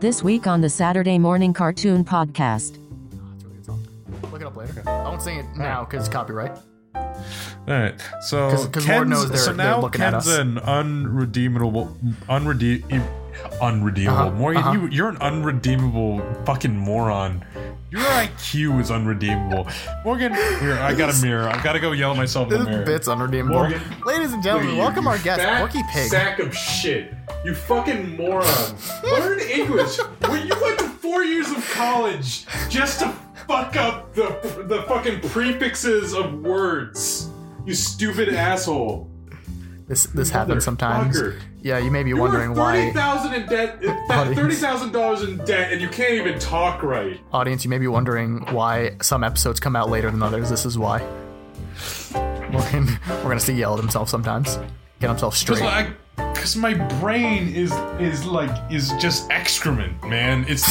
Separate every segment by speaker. Speaker 1: This week on the Saturday Morning Cartoon Podcast.
Speaker 2: That's really good song. Look it up later. I won't sing it now because copyright.
Speaker 3: All right. So
Speaker 2: 'Cause- 'cause Lord
Speaker 3: Ken's-
Speaker 2: knows they're-
Speaker 3: so
Speaker 2: they're
Speaker 3: now
Speaker 2: looking at
Speaker 3: Ken's
Speaker 2: us.
Speaker 3: an unredeemable, unredeemable, unredeemable.
Speaker 2: Uh-huh,
Speaker 3: Morgan,
Speaker 2: uh-huh.
Speaker 3: you you're an unredeemable fucking moron. Your IQ is unredeemable. Morgan, here I got a mirror. I gotta go yell at myself in the
Speaker 2: This
Speaker 3: mirror.
Speaker 2: bit's unredeemable.
Speaker 3: Morgan,
Speaker 2: Ladies and gentlemen,
Speaker 3: You-
Speaker 2: welcome
Speaker 3: you
Speaker 2: our guest,
Speaker 3: fat
Speaker 2: Porky Pig.
Speaker 3: Sack of shit. You fucking moron. Learn English. When you went to four years of college just to fuck up the the fucking prefixes of words. You stupid asshole.
Speaker 2: This this happens sometimes.
Speaker 3: Motherfucker.
Speaker 2: Yeah, you may be
Speaker 3: You
Speaker 2: wondering
Speaker 3: are thirty
Speaker 2: why,
Speaker 3: thousand in debt.
Speaker 2: Audience.
Speaker 3: Thirty thousand dollars in debt, and you can't even talk right.
Speaker 2: audience. You may be wondering why some episodes come out later than others. This is why. Morgan, we're gonna see yell at himself sometimes. Get himself straight.
Speaker 3: Because my brain is is like is just excrement, man. It's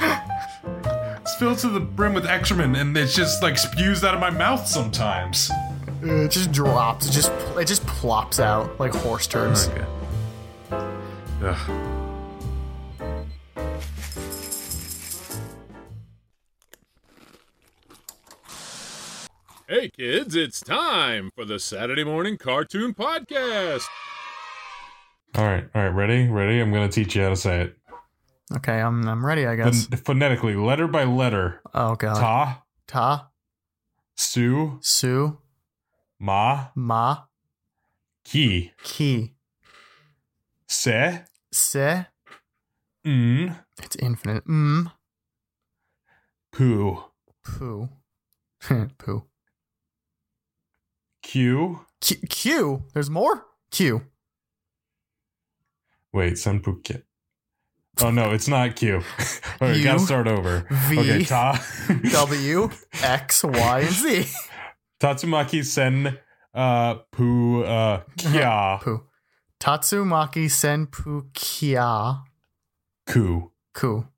Speaker 3: It's filled to the brim with excrement, and it just like spews out of my mouth sometimes.
Speaker 2: it just drops. It just it just plops out like horse turds.
Speaker 3: Okay. Ugh.
Speaker 4: Hey kids, it's time for the Saturday Morning Cartoon Podcast.
Speaker 3: All right, all right, ready, ready. I'm gonna teach you how to say it
Speaker 2: Okay, I'm I'm ready. I guess.
Speaker 3: Pho- phonetically, letter by letter.
Speaker 2: Oh god.
Speaker 3: Ta,
Speaker 2: Ta
Speaker 3: su,
Speaker 2: su
Speaker 3: ma,
Speaker 2: ma
Speaker 3: ki,
Speaker 2: ki
Speaker 3: se,
Speaker 2: se.
Speaker 3: n,
Speaker 2: It's infinite. Mm.
Speaker 3: pu,
Speaker 2: Poo. Poo.
Speaker 3: q.
Speaker 2: Q, Q. There's more? Q.
Speaker 3: Wait, senpukit. Oh no, it's not Q. All right,
Speaker 2: U,
Speaker 3: gotta start over.
Speaker 2: V,
Speaker 3: okay, ta,
Speaker 2: W, X, Y, and Z.
Speaker 3: tatsumaki sen, uh, pu, uh, kya,
Speaker 2: Poo. Tatsumaki Senpu Kia
Speaker 3: ku.
Speaker 2: Ku.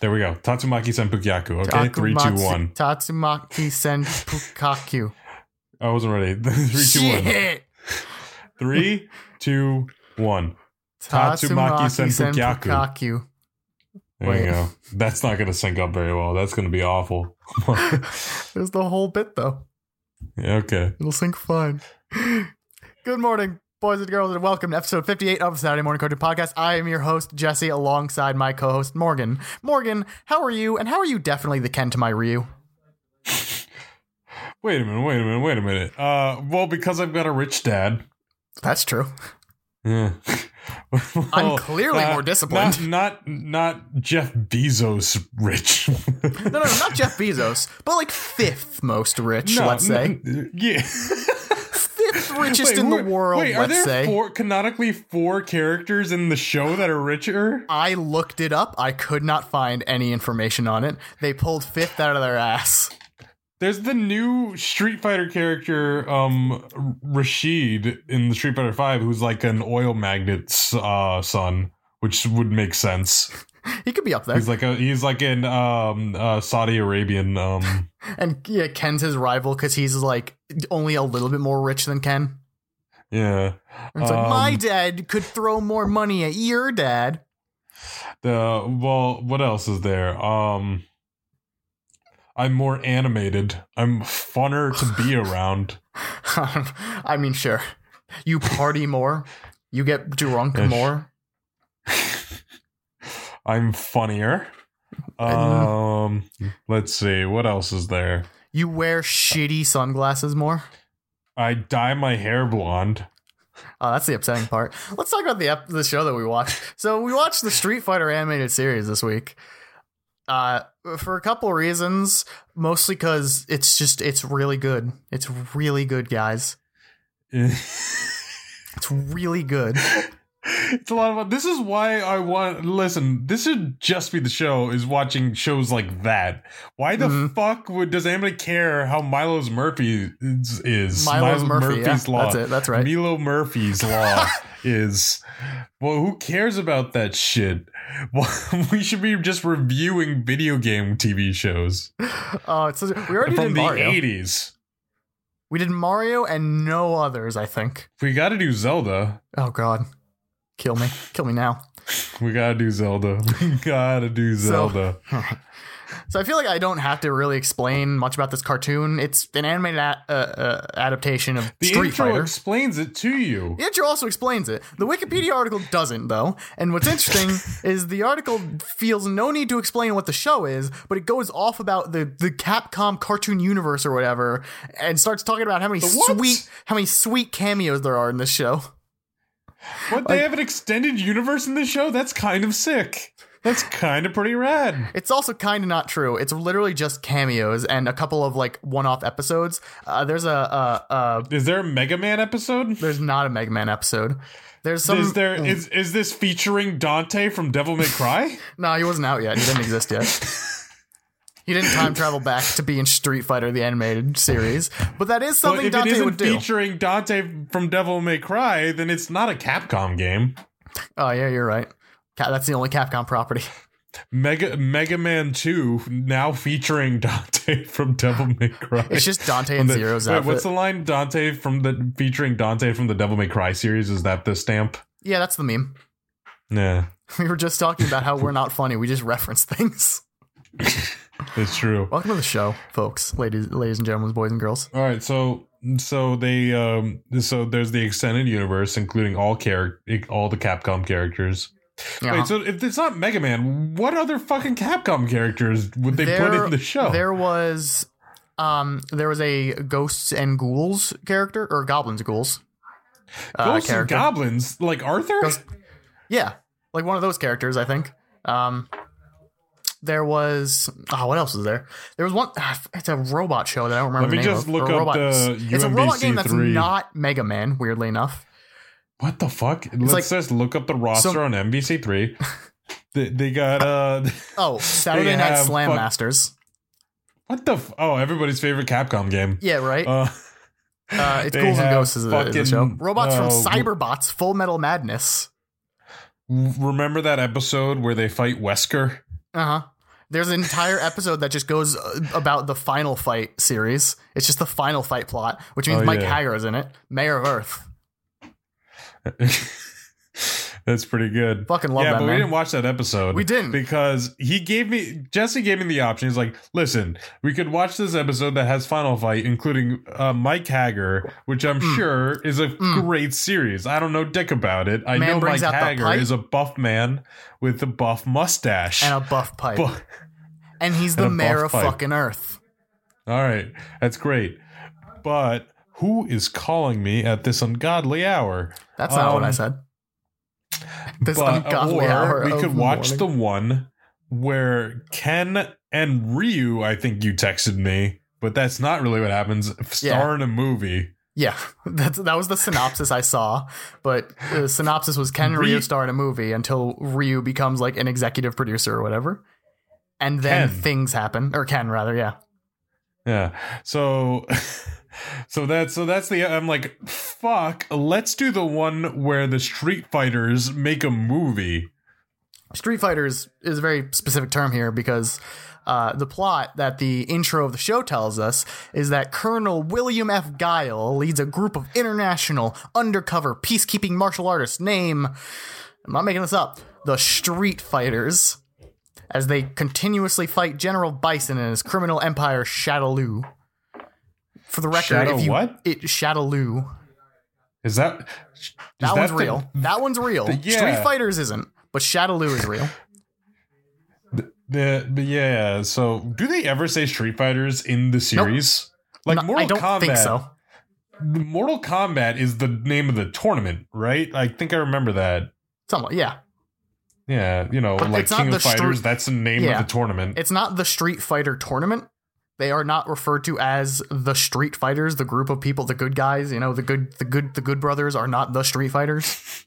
Speaker 3: There we go. Tatsumaki Senpukyaku. Okay, three, two, one.
Speaker 2: Tatsumaki Senpu Kaku.
Speaker 3: I wasn't ready. three, two, one.
Speaker 2: Shit!
Speaker 3: Three, two, one. Tatsumaki
Speaker 2: Tatsumaki
Speaker 3: Senpukyaku.
Speaker 2: Senpukaku.
Speaker 3: There
Speaker 2: Wait.
Speaker 3: you go. That's not going to sync up very well. That's going to be awful.
Speaker 2: There's the whole bit though.
Speaker 3: okay.
Speaker 2: It'll sink fine. Good morning, boys and girls, and welcome to episode 58 of the Saturday Morning Cartoon Podcast. I am your host, Jesse, alongside my co host, Morgan. Morgan, how are you? And how are you definitely the Ken to my Ryu?
Speaker 3: Wait a minute. Wait a minute. Wait a minute. Uh, well, because I've got a rich dad.
Speaker 2: That's true.
Speaker 3: Yeah. Well, uh,
Speaker 2: clearly more disciplined.
Speaker 3: Not, not not Jeff Bezos rich.
Speaker 2: No, no, no, not Jeff Bezos, but like fifth most rich,
Speaker 3: No,
Speaker 2: let's say.
Speaker 3: n- yeah.
Speaker 2: Fifth richest
Speaker 3: Wait,
Speaker 2: in the
Speaker 3: wait,
Speaker 2: world,
Speaker 3: Wait, are
Speaker 2: let's
Speaker 3: there
Speaker 2: say.
Speaker 3: four canonically four characters in the show that are richer?
Speaker 2: I looked it up. I could not find any information on it. They pulled fifth out of their ass.
Speaker 3: There's the new Street Fighter character, um, R- Rashid in the Street Fighter Five, who's like an oil magnet's uh, son, which would make sense.
Speaker 2: He could be up there.
Speaker 3: He's like a he's like an um uh, Saudi Arabian um.
Speaker 2: And yeah, Ken's his rival because he's like only a little bit more rich than Ken.
Speaker 3: Yeah,
Speaker 2: And it's like
Speaker 3: Um,
Speaker 2: my dad could throw more money at your dad.
Speaker 3: the well, what else is there? Um, I'm more animated. I'm funner to be around.
Speaker 2: I mean, sure, you party more, you get drunk
Speaker 3: Ish.
Speaker 2: more.
Speaker 3: I'm funnier. Um, let's see what else is there.
Speaker 2: You wear shitty sunglasses more.
Speaker 3: I dye my hair blonde.
Speaker 2: Oh, that's the upsetting part. Let's talk about the ep- the show that we watched. So we watched the Street Fighter animated series this week. Uh, for a couple reasons, mostly because it's just it's really good. It's really good, guys.
Speaker 3: it's
Speaker 2: It's really good.
Speaker 3: a lot of. This is why I want. Listen, this should just be the show. Is watching shows like that. Why the
Speaker 2: Mhm.
Speaker 3: fuck would does anybody care how Milo's Murphy is? is?
Speaker 2: Milo's
Speaker 3: Milo
Speaker 2: Murphy. yeah,
Speaker 3: law.
Speaker 2: That's it. That's right.
Speaker 3: Milo Murphy's law is. Well, who cares about that shit? Well, we should be just reviewing video game TV shows
Speaker 2: Oh, it's such a- we already
Speaker 3: from
Speaker 2: did
Speaker 3: the
Speaker 2: Mario.
Speaker 3: '80s.
Speaker 2: We did Mario and no others, I think.
Speaker 3: We got to do Zelda.
Speaker 2: Oh God, kill me, kill me now.
Speaker 3: We gotta do Zelda. We gotta do
Speaker 2: So-
Speaker 3: Zelda.
Speaker 2: So I feel like I don't have to really explain much about this cartoon. It's an animated a- uh, uh, adaptation of
Speaker 3: the
Speaker 2: Street
Speaker 3: intro
Speaker 2: Fighter.
Speaker 3: explains it to you.
Speaker 2: the intro also explains it. The Wikipedia article doesn't, though. And what's interesting is the article feels no need to explain what the show is, but it goes off about the, the Capcom cartoon universe or whatever, and starts talking about how many
Speaker 3: what?
Speaker 2: sweet how many sweet cameos there are in this show.
Speaker 3: But they have an extended universe in this show? That's kind of sick. That's kind of pretty rad.
Speaker 2: It's also kind of not true. It's literally just cameos and a couple of like one-off episodes. Uh, there's a uh, uh,
Speaker 3: Is there a Mega Man episode?
Speaker 2: there's not a Mega Man episode. There's some.
Speaker 3: is there is is this featuring Dante from Devil May Cry?
Speaker 2: No, he wasn't out yet. He didn't exist yet. he didn't time travel back to be in Street Fighter the animated series, but that is
Speaker 3: Well,
Speaker 2: something
Speaker 3: if it
Speaker 2: Dante
Speaker 3: isn't
Speaker 2: would do.
Speaker 3: featuring Dante from Devil May Cry, then it's not a Capcom game.
Speaker 2: Oh yeah, you're right. Ca- That's the only Capcom property.
Speaker 3: Mega Mega Man Two now featuring Dante from Devil May Cry.
Speaker 2: It's just Dante and
Speaker 3: The-
Speaker 2: Zero's
Speaker 3: wait,
Speaker 2: outfit.
Speaker 3: what's the line? Dante from the featuring Dante from the Devil May Cry series. Is that the stamp?
Speaker 2: yeah, that's the meme.
Speaker 3: Yeah,
Speaker 2: We were just talking about how we're not funny. We just reference things.
Speaker 3: it's true.
Speaker 2: Welcome to the show, folks, ladies, ladies and gentlemen, boys and girls.
Speaker 3: All right, so so they um so there's the extended universe, including all character all the Capcom characters.
Speaker 2: Uh-huh.
Speaker 3: Wait, so if it's not Mega Man, what other fucking Capcom characters would they put in the show?
Speaker 2: There was um there was a ghosts and ghouls character or goblins ghouls. uh,
Speaker 3: Ghosts and
Speaker 2: character.
Speaker 3: goblins like Arthur.
Speaker 2: Ghost- yeah. Like one of those characters, I think. Um there was oh, what else was there? There was one. ah, It's a robot show that I don't remember.
Speaker 3: Let me
Speaker 2: the name
Speaker 3: just
Speaker 2: of,
Speaker 3: look
Speaker 2: or a
Speaker 3: up
Speaker 2: robot.
Speaker 3: the
Speaker 2: It's a robot game that's
Speaker 3: UMBC3.
Speaker 2: not Mega Man. Weirdly enough,
Speaker 3: What the fuck? Let's
Speaker 2: like-
Speaker 3: just look up the roster
Speaker 2: So-
Speaker 3: on MVC three. they, they got uh,
Speaker 2: oh Saturday
Speaker 3: They
Speaker 2: Night
Speaker 3: have
Speaker 2: Slam
Speaker 3: fuck-
Speaker 2: Masters.
Speaker 3: what the? F- oh, everybody's favorite Capcom game.
Speaker 2: Yeah, right.
Speaker 3: Uh,
Speaker 2: uh, it's
Speaker 3: they
Speaker 2: Ghouls and
Speaker 3: have
Speaker 2: Ghosts is the, is the show.
Speaker 3: fucking,
Speaker 2: Robots from
Speaker 3: uh,
Speaker 2: Cyberbots, Full Metal Madness.
Speaker 3: remember that episode where they fight Wesker?
Speaker 2: Uh huh. There's an entire episode that just goes uh, about the Final Fight series. It's just the Final Fight plot, which means
Speaker 3: Oh,
Speaker 2: Mike
Speaker 3: yeah.
Speaker 2: Hager's in it, Mayor of Earth.
Speaker 3: That's pretty good.
Speaker 2: Fucking love
Speaker 3: yeah,
Speaker 2: that
Speaker 3: but we
Speaker 2: man.
Speaker 3: didn't watch that episode.
Speaker 2: We didn't.
Speaker 3: because he gave me Jesse gave me the option. He's like, "Listen, we could watch this episode that has Final Fight, including uh, Mike Hager, which I'm
Speaker 2: Hmm.
Speaker 3: sure is a great series. I don't know dick about it. I
Speaker 2: Man
Speaker 3: know Mike
Speaker 2: brings out the
Speaker 3: Hager
Speaker 2: pipe.
Speaker 3: is a buff man with a buff mustache.
Speaker 2: and a buff pipe,
Speaker 3: Bu-
Speaker 2: and he's the
Speaker 3: and a
Speaker 2: mayor
Speaker 3: buff
Speaker 2: of
Speaker 3: pipe.
Speaker 2: fucking Earth.
Speaker 3: All right, that's great. But who is calling me at this ungodly hour?
Speaker 2: That's not what I
Speaker 3: Um,
Speaker 2: said. This
Speaker 3: But-
Speaker 2: ungodly
Speaker 3: or
Speaker 2: hour.
Speaker 3: We
Speaker 2: of
Speaker 3: could watch
Speaker 2: morning.
Speaker 3: the one where Ken and Ryu. I think you texted me, but that's not really what happens. Star in a movie.
Speaker 2: yeah. That's that was the synopsis I saw, but the synopsis was Ken and Ryu
Speaker 3: Ryu-
Speaker 2: star in a movie until Ryu becomes like an executive producer or whatever, and then
Speaker 3: Ken.
Speaker 2: things happen or Ken rather, yeah.
Speaker 3: Yeah. So. So that's so that's the I'm like fuck. Let's do the one where the Street Fighters make a movie.
Speaker 2: Street Fighter is, is a very specific term here because uh, the plot that the intro of the show tells us is that Colonel William F. Guile leads a group of international undercover peacekeeping martial artists named, I'm not making this up, the Street Fighters, as they continuously fight General Bison and his criminal empire, Shadaloo. For the record,
Speaker 3: Shadow
Speaker 2: if you
Speaker 3: what?
Speaker 2: it Shadaloo,
Speaker 3: Is that is
Speaker 2: that, one's
Speaker 3: the-
Speaker 2: real. that one's real.
Speaker 3: yeah.
Speaker 2: Street Fighters isn't, but Shadaloo is real.
Speaker 3: The, the yeah. So do they ever say Street Fighters in the series? Like
Speaker 2: No,
Speaker 3: Mortal
Speaker 2: I don't
Speaker 3: Kombat.
Speaker 2: think so.
Speaker 3: the Mortal Kombat is the name of the tournament, right? I think I remember that.
Speaker 2: Somewhat, yeah.
Speaker 3: Yeah, you know,
Speaker 2: But
Speaker 3: like
Speaker 2: it's not
Speaker 3: King
Speaker 2: the
Speaker 3: of
Speaker 2: stru-
Speaker 3: Fighters, that's the name
Speaker 2: Yeah.
Speaker 3: of the tournament.
Speaker 2: It's not the Street Fighter tournament. They are not referred to as the Street Fighters, the group of people, the good guys. You know, the good, the good, the good brothers are not the Street Fighters.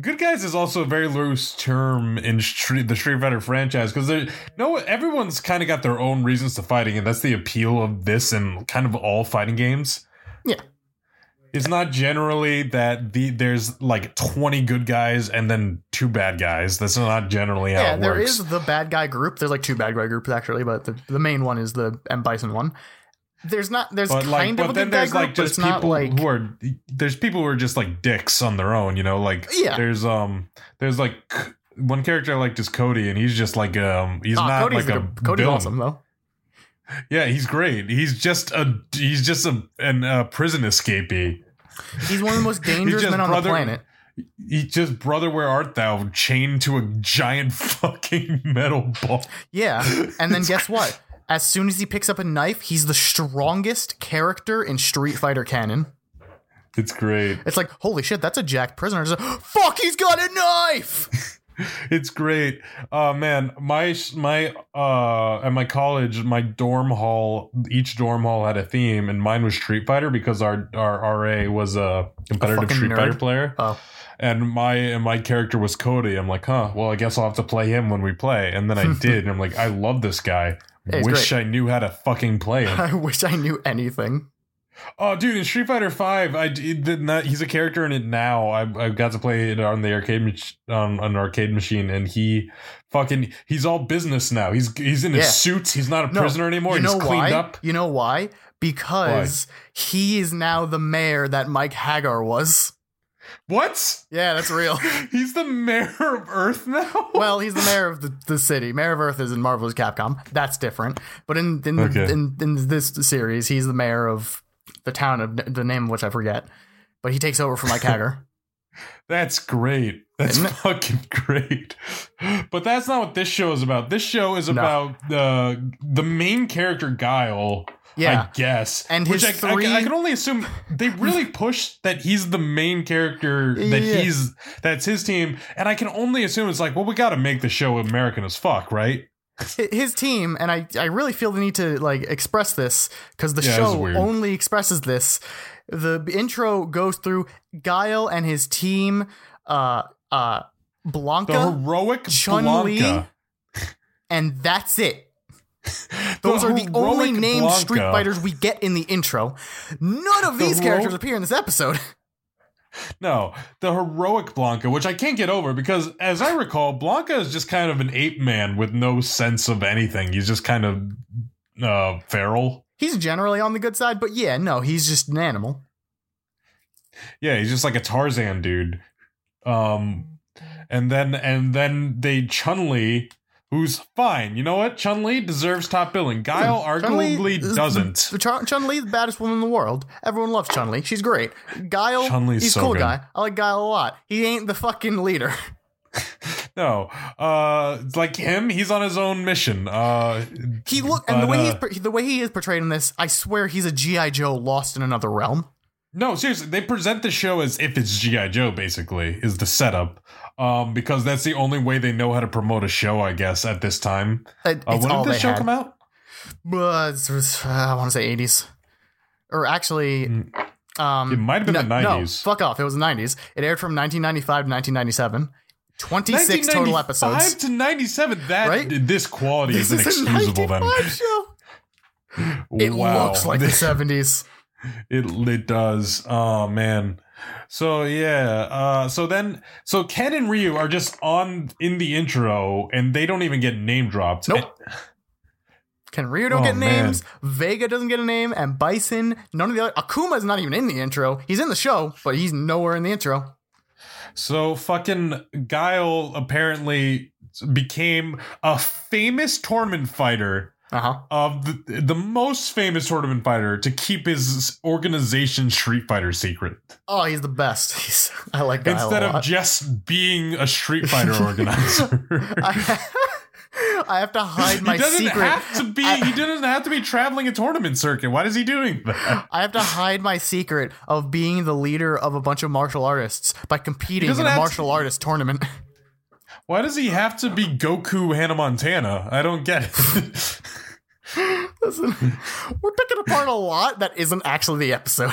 Speaker 3: Good guys is also a very loose term in street, the Street Fighter franchise because no, everyone's kind of got their own reasons to fighting, and that's the appeal of this and kind of all fighting games.
Speaker 2: Yeah.
Speaker 3: It's not generally that the there's like twenty good guys and then two bad guys. That's not generally how
Speaker 2: yeah,
Speaker 3: it
Speaker 2: there
Speaker 3: works.
Speaker 2: is the bad guy group. There's like two bad guy groups actually, but the, the main one is the M Bison one. there's not there's
Speaker 3: But like,
Speaker 2: kind
Speaker 3: but
Speaker 2: of a
Speaker 3: then
Speaker 2: good guy
Speaker 3: there's
Speaker 2: group,
Speaker 3: like
Speaker 2: but
Speaker 3: just
Speaker 2: it's not
Speaker 3: people
Speaker 2: like
Speaker 3: who are there's people who are just like dicks on their own, you know. Like,
Speaker 2: Yeah.
Speaker 3: there's um, there's like c- one character I liked is Cody, and he's just like um, he's
Speaker 2: Aw,
Speaker 3: not
Speaker 2: Ah, Cody's
Speaker 3: like
Speaker 2: good-
Speaker 3: a
Speaker 2: Cody's
Speaker 3: villain.
Speaker 2: awesome though.
Speaker 3: Yeah, he's great. He's just a he's just a an uh, prison escapee.
Speaker 2: He's one of the most dangerous
Speaker 3: just
Speaker 2: men on
Speaker 3: brother-
Speaker 2: the planet.
Speaker 3: He just brother, where art thou? Chained to a giant fucking metal ball.
Speaker 2: Yeah. And then guess what? As soon as he picks up a knife, he's the strongest character in Street Fighter canon.
Speaker 3: It's great.
Speaker 2: It's like, holy shit, that's a jacked prisoner. It's like, Fuck, he's got a knife!
Speaker 3: It's great. Oh man, my my uh at my college, my dorm hall, each dorm hall had a theme, and mine was Street Fighter because our our RA was a competitive
Speaker 2: fucking
Speaker 3: Street Fighter
Speaker 2: nerd.
Speaker 3: player.
Speaker 2: Oh.
Speaker 3: And my and my character was Cody. I'm like, huh. Well, I guess I'll have to play him when we play. And then I did, and I'm like, I love this guy.
Speaker 2: Yeah, he's
Speaker 3: Wish I knew how to fucking play him.
Speaker 2: I wish I knew anything.
Speaker 3: Oh, dude, in Street Fighter Five, I d- it did not. He's a character in it now. I I got to play it on the arcade mach- um, on an arcade machine, and he fucking he's all business now. He's he's in
Speaker 2: Yeah.
Speaker 3: his suits. He's not a
Speaker 2: No,
Speaker 3: prisoner anymore.
Speaker 2: you know
Speaker 3: he's
Speaker 2: why?
Speaker 3: cleaned up.
Speaker 2: You know why? Because he is now the mayor that Mike Hagar was.
Speaker 3: What?
Speaker 2: Yeah, that's real.
Speaker 3: He's the mayor of Earth now.
Speaker 2: well, he's the mayor of the, the city. Mayor of Earth is in Marvel's Capcom. That's different. But in in,
Speaker 3: Okay.
Speaker 2: in in this series, he's the mayor of the town of the name of which I forget. But he takes over from Mike Hagar.
Speaker 3: That's great. That's
Speaker 2: Isn't it?
Speaker 3: fucking great. But that's not what this show is about. This show is
Speaker 2: No.
Speaker 3: about uh, the main character Guile.
Speaker 2: Yeah.
Speaker 3: I guess.
Speaker 2: And his
Speaker 3: Which I- I,
Speaker 2: three-
Speaker 3: I, can only assume they really push that he's the main character. That
Speaker 2: Yeah.
Speaker 3: he's that's his team. And I can only assume it's like, well, we got to make the show American as fuck, right?
Speaker 2: Hi- His team, and I, I really feel the need to like express this because the
Speaker 3: Yeah, this is
Speaker 2: show
Speaker 3: weird.
Speaker 2: only expresses this. The intro goes through Guile and his team, uh, uh,
Speaker 3: The
Speaker 2: Blanca,
Speaker 3: heroic
Speaker 2: Chun
Speaker 3: Blanca.
Speaker 2: and that's it. Those are the only
Speaker 3: heroic
Speaker 2: named Street
Speaker 3: Blanca.
Speaker 2: Fighters we get in the intro. None of
Speaker 3: The
Speaker 2: these
Speaker 3: hero-
Speaker 2: characters appear in this episode.
Speaker 3: No, the heroic Blanca, which I can't get over because, as I recall, Blanca is just kind of an ape man with no sense of anything. He's just kind of uh, feral.
Speaker 2: He's generally on the good side, but yeah, no, he's just an animal.
Speaker 3: Yeah, he's just like a Tarzan dude. Um, and then and then they Chun Li, who's fine. You know what? Chun Li deserves top billing. Guile
Speaker 2: Chun-Li
Speaker 3: arguably
Speaker 2: is-
Speaker 3: doesn't.
Speaker 2: Chun Li, the baddest woman in the world. Everyone loves Chun Li. She's great. Guile,
Speaker 3: Chun-Li's
Speaker 2: he's a
Speaker 3: so
Speaker 2: cool
Speaker 3: good.
Speaker 2: guy. I like Guile a lot. He ain't the fucking leader.
Speaker 3: No, uh, it's like him, he's on his own mission. Uh,
Speaker 2: He look and the
Speaker 3: But,
Speaker 2: way he's
Speaker 3: uh,
Speaker 2: per- the way he is portrayed in this, I swear he's a GI Joe lost in another realm.
Speaker 3: No, seriously, they present the show as if it's GI Joe. Basically, is the setup, um, because that's the only way they know how to promote a show, I guess, at this time.
Speaker 2: It-
Speaker 3: Uh,
Speaker 2: it's
Speaker 3: when
Speaker 2: all
Speaker 3: did
Speaker 2: they
Speaker 3: this show
Speaker 2: had.
Speaker 3: come out?
Speaker 2: Uh, it's- it's, uh, I want to say 80s. Or actually, um,
Speaker 3: Mm. It might have been the 90s.
Speaker 2: No, fuck off. It was the 90s. It aired from 1995 to 1997. 26 total
Speaker 3: 1995
Speaker 2: episodes.
Speaker 3: to ninety-seven. That
Speaker 2: Right?
Speaker 3: this quality
Speaker 2: This
Speaker 3: is
Speaker 2: is a
Speaker 3: inexcusable. Then
Speaker 2: 95 show. It
Speaker 3: wow,
Speaker 2: looks like the 70s.
Speaker 3: it it does. Oh man. So yeah, uh, so then, so Ken and Ryu are just on in the intro, and they don't even get name dropped.
Speaker 2: Nope. Can Ryu don't
Speaker 3: Oh,
Speaker 2: get
Speaker 3: man.
Speaker 2: names? Vega doesn't get a name, and Bison. None of the other Akuma's not even in the intro. He's in the show, but he's nowhere in the intro.
Speaker 3: So fucking Guile apparently became a famous tournament fighter
Speaker 2: Uh huh.
Speaker 3: of the, the most famous tournament fighter to keep his organization Street Fighter secret
Speaker 2: Oh, he's the best. He's, I like Guile
Speaker 3: instead
Speaker 2: a
Speaker 3: of
Speaker 2: lot.
Speaker 3: just being a Street Fighter organizer.
Speaker 2: I, I have to hide my
Speaker 3: he doesn't
Speaker 2: secret.
Speaker 3: have to be.
Speaker 2: I-
Speaker 3: he doesn't have to be traveling a tournament circuit. Why is he doing that?
Speaker 2: I have to hide my secret of being the leader of a bunch of martial artists by competing in
Speaker 3: doesn't
Speaker 2: a
Speaker 3: have
Speaker 2: martial artist tournament.
Speaker 3: Why does he have to be Goku Hannah Montana? I don't get it.
Speaker 2: Listen,
Speaker 3: Hmm.
Speaker 2: we're picking apart a lot that isn't actually the episode.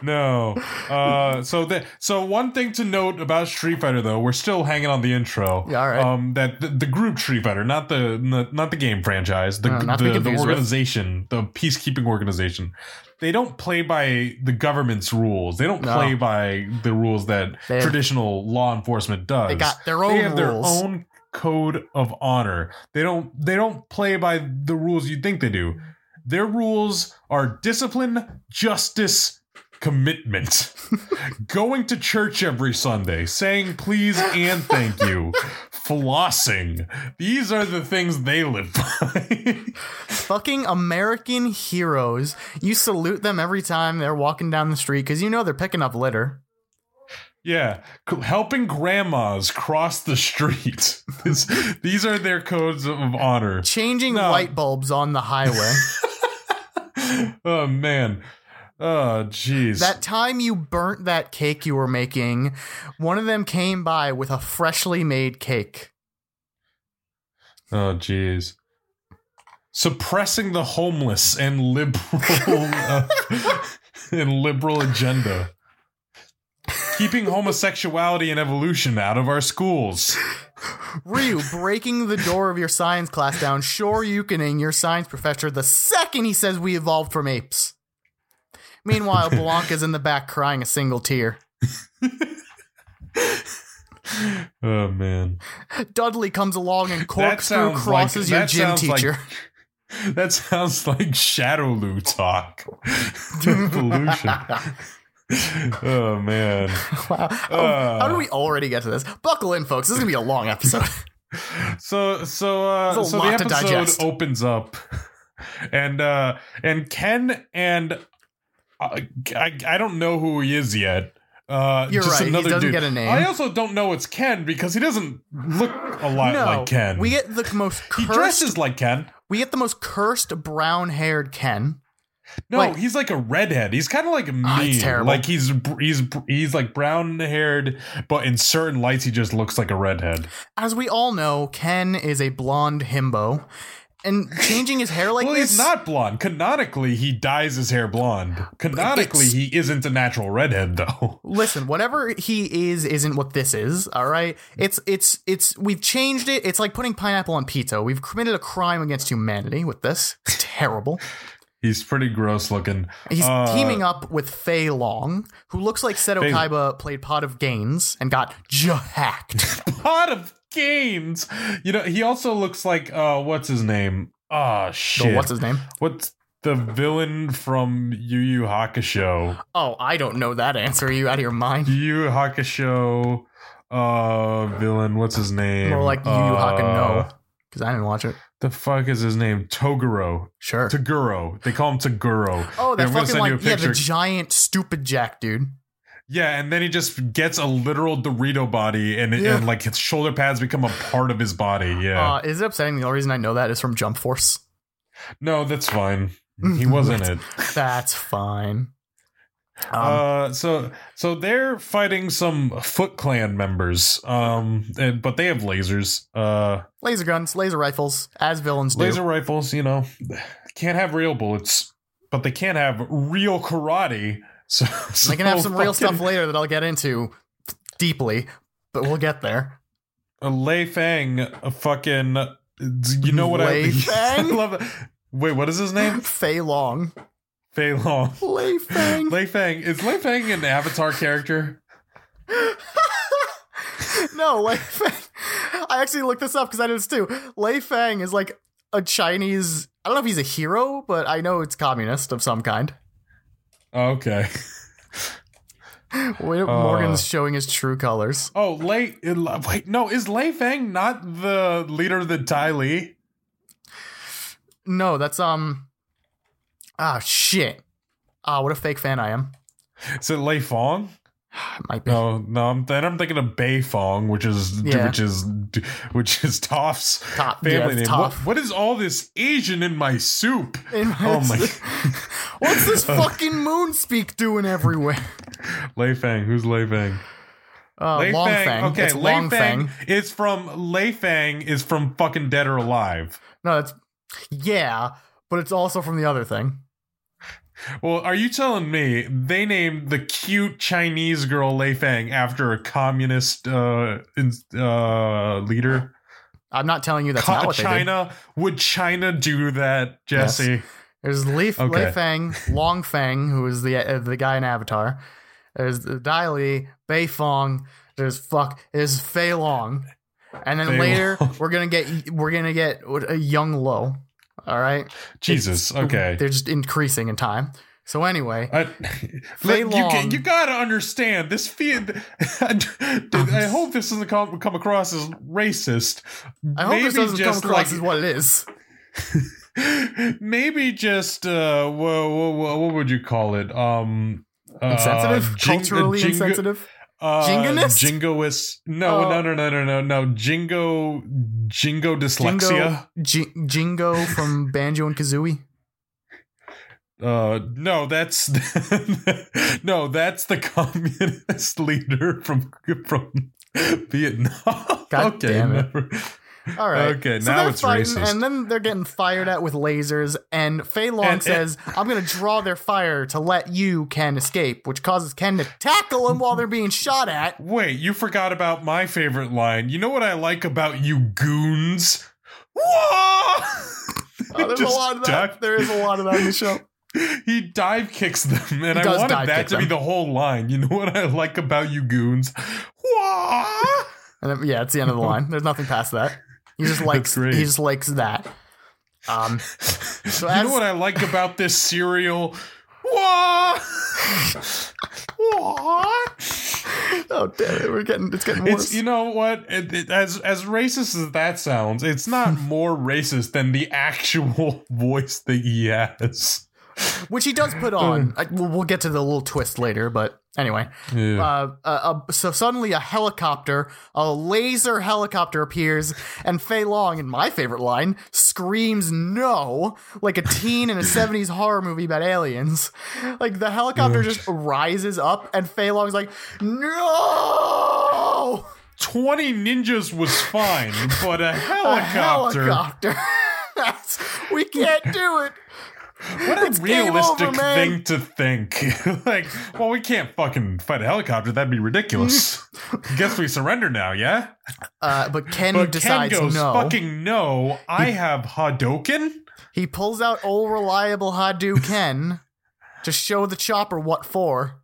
Speaker 3: No. Uh, so the, so one thing to note about Street Fighter though, we're still hanging on the intro.
Speaker 2: Yeah, all right.
Speaker 3: Um, that the, the group Street Fighter, not the not, not the game franchise, the
Speaker 2: Uh, not to be
Speaker 3: the, the
Speaker 2: confused with.
Speaker 3: organization, the peacekeeping organization. They don't play by the government's rules. They don't
Speaker 2: No.
Speaker 3: play by the rules that
Speaker 2: They have-
Speaker 3: traditional law enforcement does.
Speaker 2: They got their
Speaker 3: They
Speaker 2: own
Speaker 3: have their
Speaker 2: rules.
Speaker 3: own code of honor. They don't they don't play by the rules you think they do Their rules are discipline, justice, commitment. Going to church every Sunday, saying please and thank you, flossing. These are the things they live by.
Speaker 2: Fucking American heroes. You salute them every time they're walking down the street because you know they're picking up litter.
Speaker 3: Yeah, c- helping grandmas cross the street. This, these are their codes of honor.
Speaker 2: Changing
Speaker 3: No.
Speaker 2: light bulbs on the highway.
Speaker 3: Oh man. Oh jeez.
Speaker 2: that time you burnt that cake you were making, one of them came by with a freshly made cake.
Speaker 3: Oh jeez. Suppressing the homeless and liberal uh, and liberal agenda. Keeping homosexuality and evolution out of our schools.
Speaker 2: Ryu breaking the door of your science class down, sure yukening your science professor the second he says we evolved from apes. Meanwhile, Blanca's in the back crying a single tear.
Speaker 3: Oh man.
Speaker 2: Dudley comes along and corkscrew
Speaker 3: sounds
Speaker 2: crosses
Speaker 3: like-
Speaker 2: your
Speaker 3: that
Speaker 2: gym
Speaker 3: sounds like-
Speaker 2: teacher.
Speaker 3: That sounds like Shadow Lou talk. evolution. Oh man.
Speaker 2: wow. Oh,
Speaker 3: Uh.
Speaker 2: how did we already get to this? Buckle in, folks. This is going to be a long episode.
Speaker 3: So so uh,
Speaker 2: There's a
Speaker 3: so
Speaker 2: lot to
Speaker 3: the episode
Speaker 2: digest.
Speaker 3: opens up, and uh, and Ken and uh, I I don't know who he is yet. Uh,
Speaker 2: You're
Speaker 3: just
Speaker 2: right, he
Speaker 3: Another
Speaker 2: doesn't
Speaker 3: dude.
Speaker 2: get a name.
Speaker 3: I also don't know it's Ken because he doesn't look a lot
Speaker 2: no.
Speaker 3: like Ken.
Speaker 2: We get the most
Speaker 3: he
Speaker 2: cursed
Speaker 3: dresses like Ken.
Speaker 2: we get the most cursed brown-haired Ken.
Speaker 3: No,
Speaker 2: Wait.
Speaker 3: he's like a redhead. He's kind of like mean.
Speaker 2: it's Oh, terrible.
Speaker 3: Like he's he's he's like brown haired, but in certain lights he just looks like a redhead.
Speaker 2: As we all know, Ken is a blonde himbo. And changing his hair like
Speaker 3: well,
Speaker 2: this
Speaker 3: he's not blonde. Canonically, he dyes his hair blonde. Canonically,
Speaker 2: It's-
Speaker 3: he isn't a natural redhead, though.
Speaker 2: Listen, whatever he is isn't what this is, all right? It's it's it's we've changed it. It's like putting pineapple on pizza. We've committed a crime against humanity with this. It's terrible.
Speaker 3: He's pretty gross looking.
Speaker 2: He's
Speaker 3: Uh,
Speaker 2: teaming up with Fei Long, who looks like Seto
Speaker 3: Fei-
Speaker 2: Kaiba played Pot of Gains and got jacked.
Speaker 3: Pot of games. You know, he also looks like uh, what's his name? Ah, shit.
Speaker 2: so what's his name?
Speaker 3: What's the villain from Yu Yu Hakusho?
Speaker 2: Oh, I don't know that answer. Are you out of your mind?
Speaker 3: Yu Yu Hakusho. Uh, villain. What's his name?
Speaker 2: More like Yu Yu
Speaker 3: Uh,
Speaker 2: Hakuno, because I didn't watch it.
Speaker 3: The fuck is his name? Toguro.
Speaker 2: Sure.
Speaker 3: Toguro. They call him Toguro.
Speaker 2: Oh, that
Speaker 3: I'm
Speaker 2: fucking
Speaker 3: gonna send you a
Speaker 2: like yeah, the
Speaker 3: picture.
Speaker 2: giant stupid jack dude.
Speaker 3: Yeah, and then he just gets a literal Dorito body, and
Speaker 2: Yeah.
Speaker 3: and like his shoulder pads become a part of his body. Yeah,
Speaker 2: Uh, is it upsetting? The only reason I know that is from Jump Force.
Speaker 3: no, that's fine. He wasn't it.
Speaker 2: That's fine. Um,
Speaker 3: uh, so so they're fighting some Foot Clan members, um, and, but they have lasers, uh,
Speaker 2: laser guns, laser rifles, as villains do.
Speaker 3: laser rifles. You know, can't have real bullets, but they can have real karate. So, so
Speaker 2: they can have some real
Speaker 3: Oh, fucking-
Speaker 2: stuff later that I'll get into deeply, but we'll get there.
Speaker 3: a uh, Lei Fang, a fucking. You know what I,
Speaker 2: Lei
Speaker 3: I
Speaker 2: Fang?
Speaker 3: love? It. Wait, what is his name?
Speaker 2: Fei Long,
Speaker 3: Fei Long.
Speaker 2: Lei Fang.
Speaker 3: Lei Fang is Lei Fang an Avatar character?
Speaker 2: no, Lei Fang. I actually looked this up because I did this too. Lei Fang is like a Chinese. I don't know if he's a hero, but I know it's communist of some kind.
Speaker 3: Okay. Uh.
Speaker 2: Wait, Morgan's showing his true colors.
Speaker 3: Oh, Lei. Wait, no, is Lei Fang not the leader of the Tai Li?
Speaker 2: No, that's um. Ah shit. Ah, what a fake fan I am.
Speaker 3: Is it Lei Fong?
Speaker 2: It might be.
Speaker 3: No, no. I'm, then I'm thinking of Bei Fong, which is
Speaker 2: Yeah.
Speaker 3: which is which is Toph's
Speaker 2: Toph, yeah,
Speaker 3: family
Speaker 2: it's
Speaker 3: name. What,
Speaker 2: Toph.
Speaker 3: what is all this Asian in my soup?
Speaker 2: In my-
Speaker 3: oh my. Uh.
Speaker 2: What's this fucking moon speak doing everywhere?
Speaker 3: Lei Fang. Who's Lei Fang?
Speaker 2: Uh,
Speaker 3: Lei
Speaker 2: long
Speaker 3: Fang.
Speaker 2: fang.
Speaker 3: Okay,
Speaker 2: It's
Speaker 3: Lei
Speaker 2: long
Speaker 3: Fang,
Speaker 2: fang.
Speaker 3: is from Lei Fang is from fucking Dead or Alive.
Speaker 2: No, that's yeah, but it's also from the other thing.
Speaker 3: Well, are you telling me they named the cute Chinese girl Lei Fang after a communist uh, in, uh, leader?
Speaker 2: I'm not telling you that's
Speaker 3: Co-
Speaker 2: not what they did.
Speaker 3: China would China do that, Jesse?
Speaker 2: There's Lee, Lei
Speaker 3: Okay.
Speaker 2: Fang, Long Fang, who is the uh, the guy in Avatar. There's the Dai Li, Bei Fong. There's fuck. There's Fei Long, and then
Speaker 3: Fei
Speaker 2: later
Speaker 3: Long.
Speaker 2: we're gonna get we're gonna get a Young Lo. All right.
Speaker 3: Jesus. Okay.
Speaker 2: They're just increasing in time. So anyway,
Speaker 3: I,
Speaker 2: Fei
Speaker 3: Like, you, ca-
Speaker 2: Long.
Speaker 3: you gotta understand this feed. I hope this doesn't come, come across as racist.
Speaker 2: I hope this doesn't come across as what it is.
Speaker 3: maybe just uh, wha- wha- wha- what would you call it? Um, uh,
Speaker 2: Insensitive,
Speaker 3: jing-
Speaker 2: culturally
Speaker 3: jingo-
Speaker 2: insensitive.
Speaker 3: Uh,
Speaker 2: Jingonist?
Speaker 3: jingoist. No,
Speaker 2: Oh.
Speaker 3: no, no, no, no, no, no. Jingo, jingo dyslexia.
Speaker 2: Jingo, Ji- Jingo from Banjo and Kazooie.
Speaker 3: Uh, no, that's no, that's the communist leader from from Vietnam.
Speaker 2: God
Speaker 3: okay,
Speaker 2: damn it.
Speaker 3: never-
Speaker 2: All right.
Speaker 3: Okay,
Speaker 2: so
Speaker 3: now
Speaker 2: they're
Speaker 3: it's
Speaker 2: fighting,
Speaker 3: racist.
Speaker 2: And then they're getting fired at with lasers. And Fei Long
Speaker 3: And-
Speaker 2: says, I'm going to draw their fire to let you, Ken, escape, which causes Ken to tackle him while they're being shot at.
Speaker 3: Wait, you forgot about my favorite line. You know what I like about you goons? Whoa!
Speaker 2: Oh, there's
Speaker 3: Just
Speaker 2: a lot of that.
Speaker 3: duck.
Speaker 2: There is a lot of that in the show.
Speaker 3: He dive kicks them, and
Speaker 2: He
Speaker 3: I
Speaker 2: does
Speaker 3: wanted
Speaker 2: dive
Speaker 3: that
Speaker 2: kick
Speaker 3: to be
Speaker 2: them.
Speaker 3: the whole line. You know what I like about you goons? Whoa!
Speaker 2: And then, yeah, it's the end of the line. There's nothing past that. He just likes
Speaker 3: great.
Speaker 2: he just likes that. Um
Speaker 3: you
Speaker 2: as-
Speaker 3: know what I like about this cereal? Whoa! Whoa!
Speaker 2: oh damn it, we're getting it's getting worse.
Speaker 3: It's you know what It- it- as as racist as that sounds, it's not more racist than the actual voice that he has.
Speaker 2: which he does put on. I, we'll, we'll get to the little twist later, but anyway.
Speaker 3: Yeah.
Speaker 2: Uh, uh, uh, so suddenly a helicopter, a laser helicopter appears, and Fei Long, in my favorite line, screams no, like a teen in a 70s horror movie about aliens. Like the helicopter just rises up, and Fei Long's like, no!
Speaker 3: 20 ninjas was fine, but a
Speaker 2: A
Speaker 3: helicopter.
Speaker 2: helicopter. That's- we can't do it.
Speaker 3: What a
Speaker 2: It's game
Speaker 3: realistic
Speaker 2: over, man.
Speaker 3: thing to think. like, well, we can't fucking fight a helicopter. That'd be ridiculous. Guess we surrender now, yeah?
Speaker 2: Uh, but Ken
Speaker 3: But Ken
Speaker 2: decides
Speaker 3: goes,
Speaker 2: no.
Speaker 3: fucking no, I have Hadoken?
Speaker 2: He pulls out old reliable Hadouken to show the chopper what for,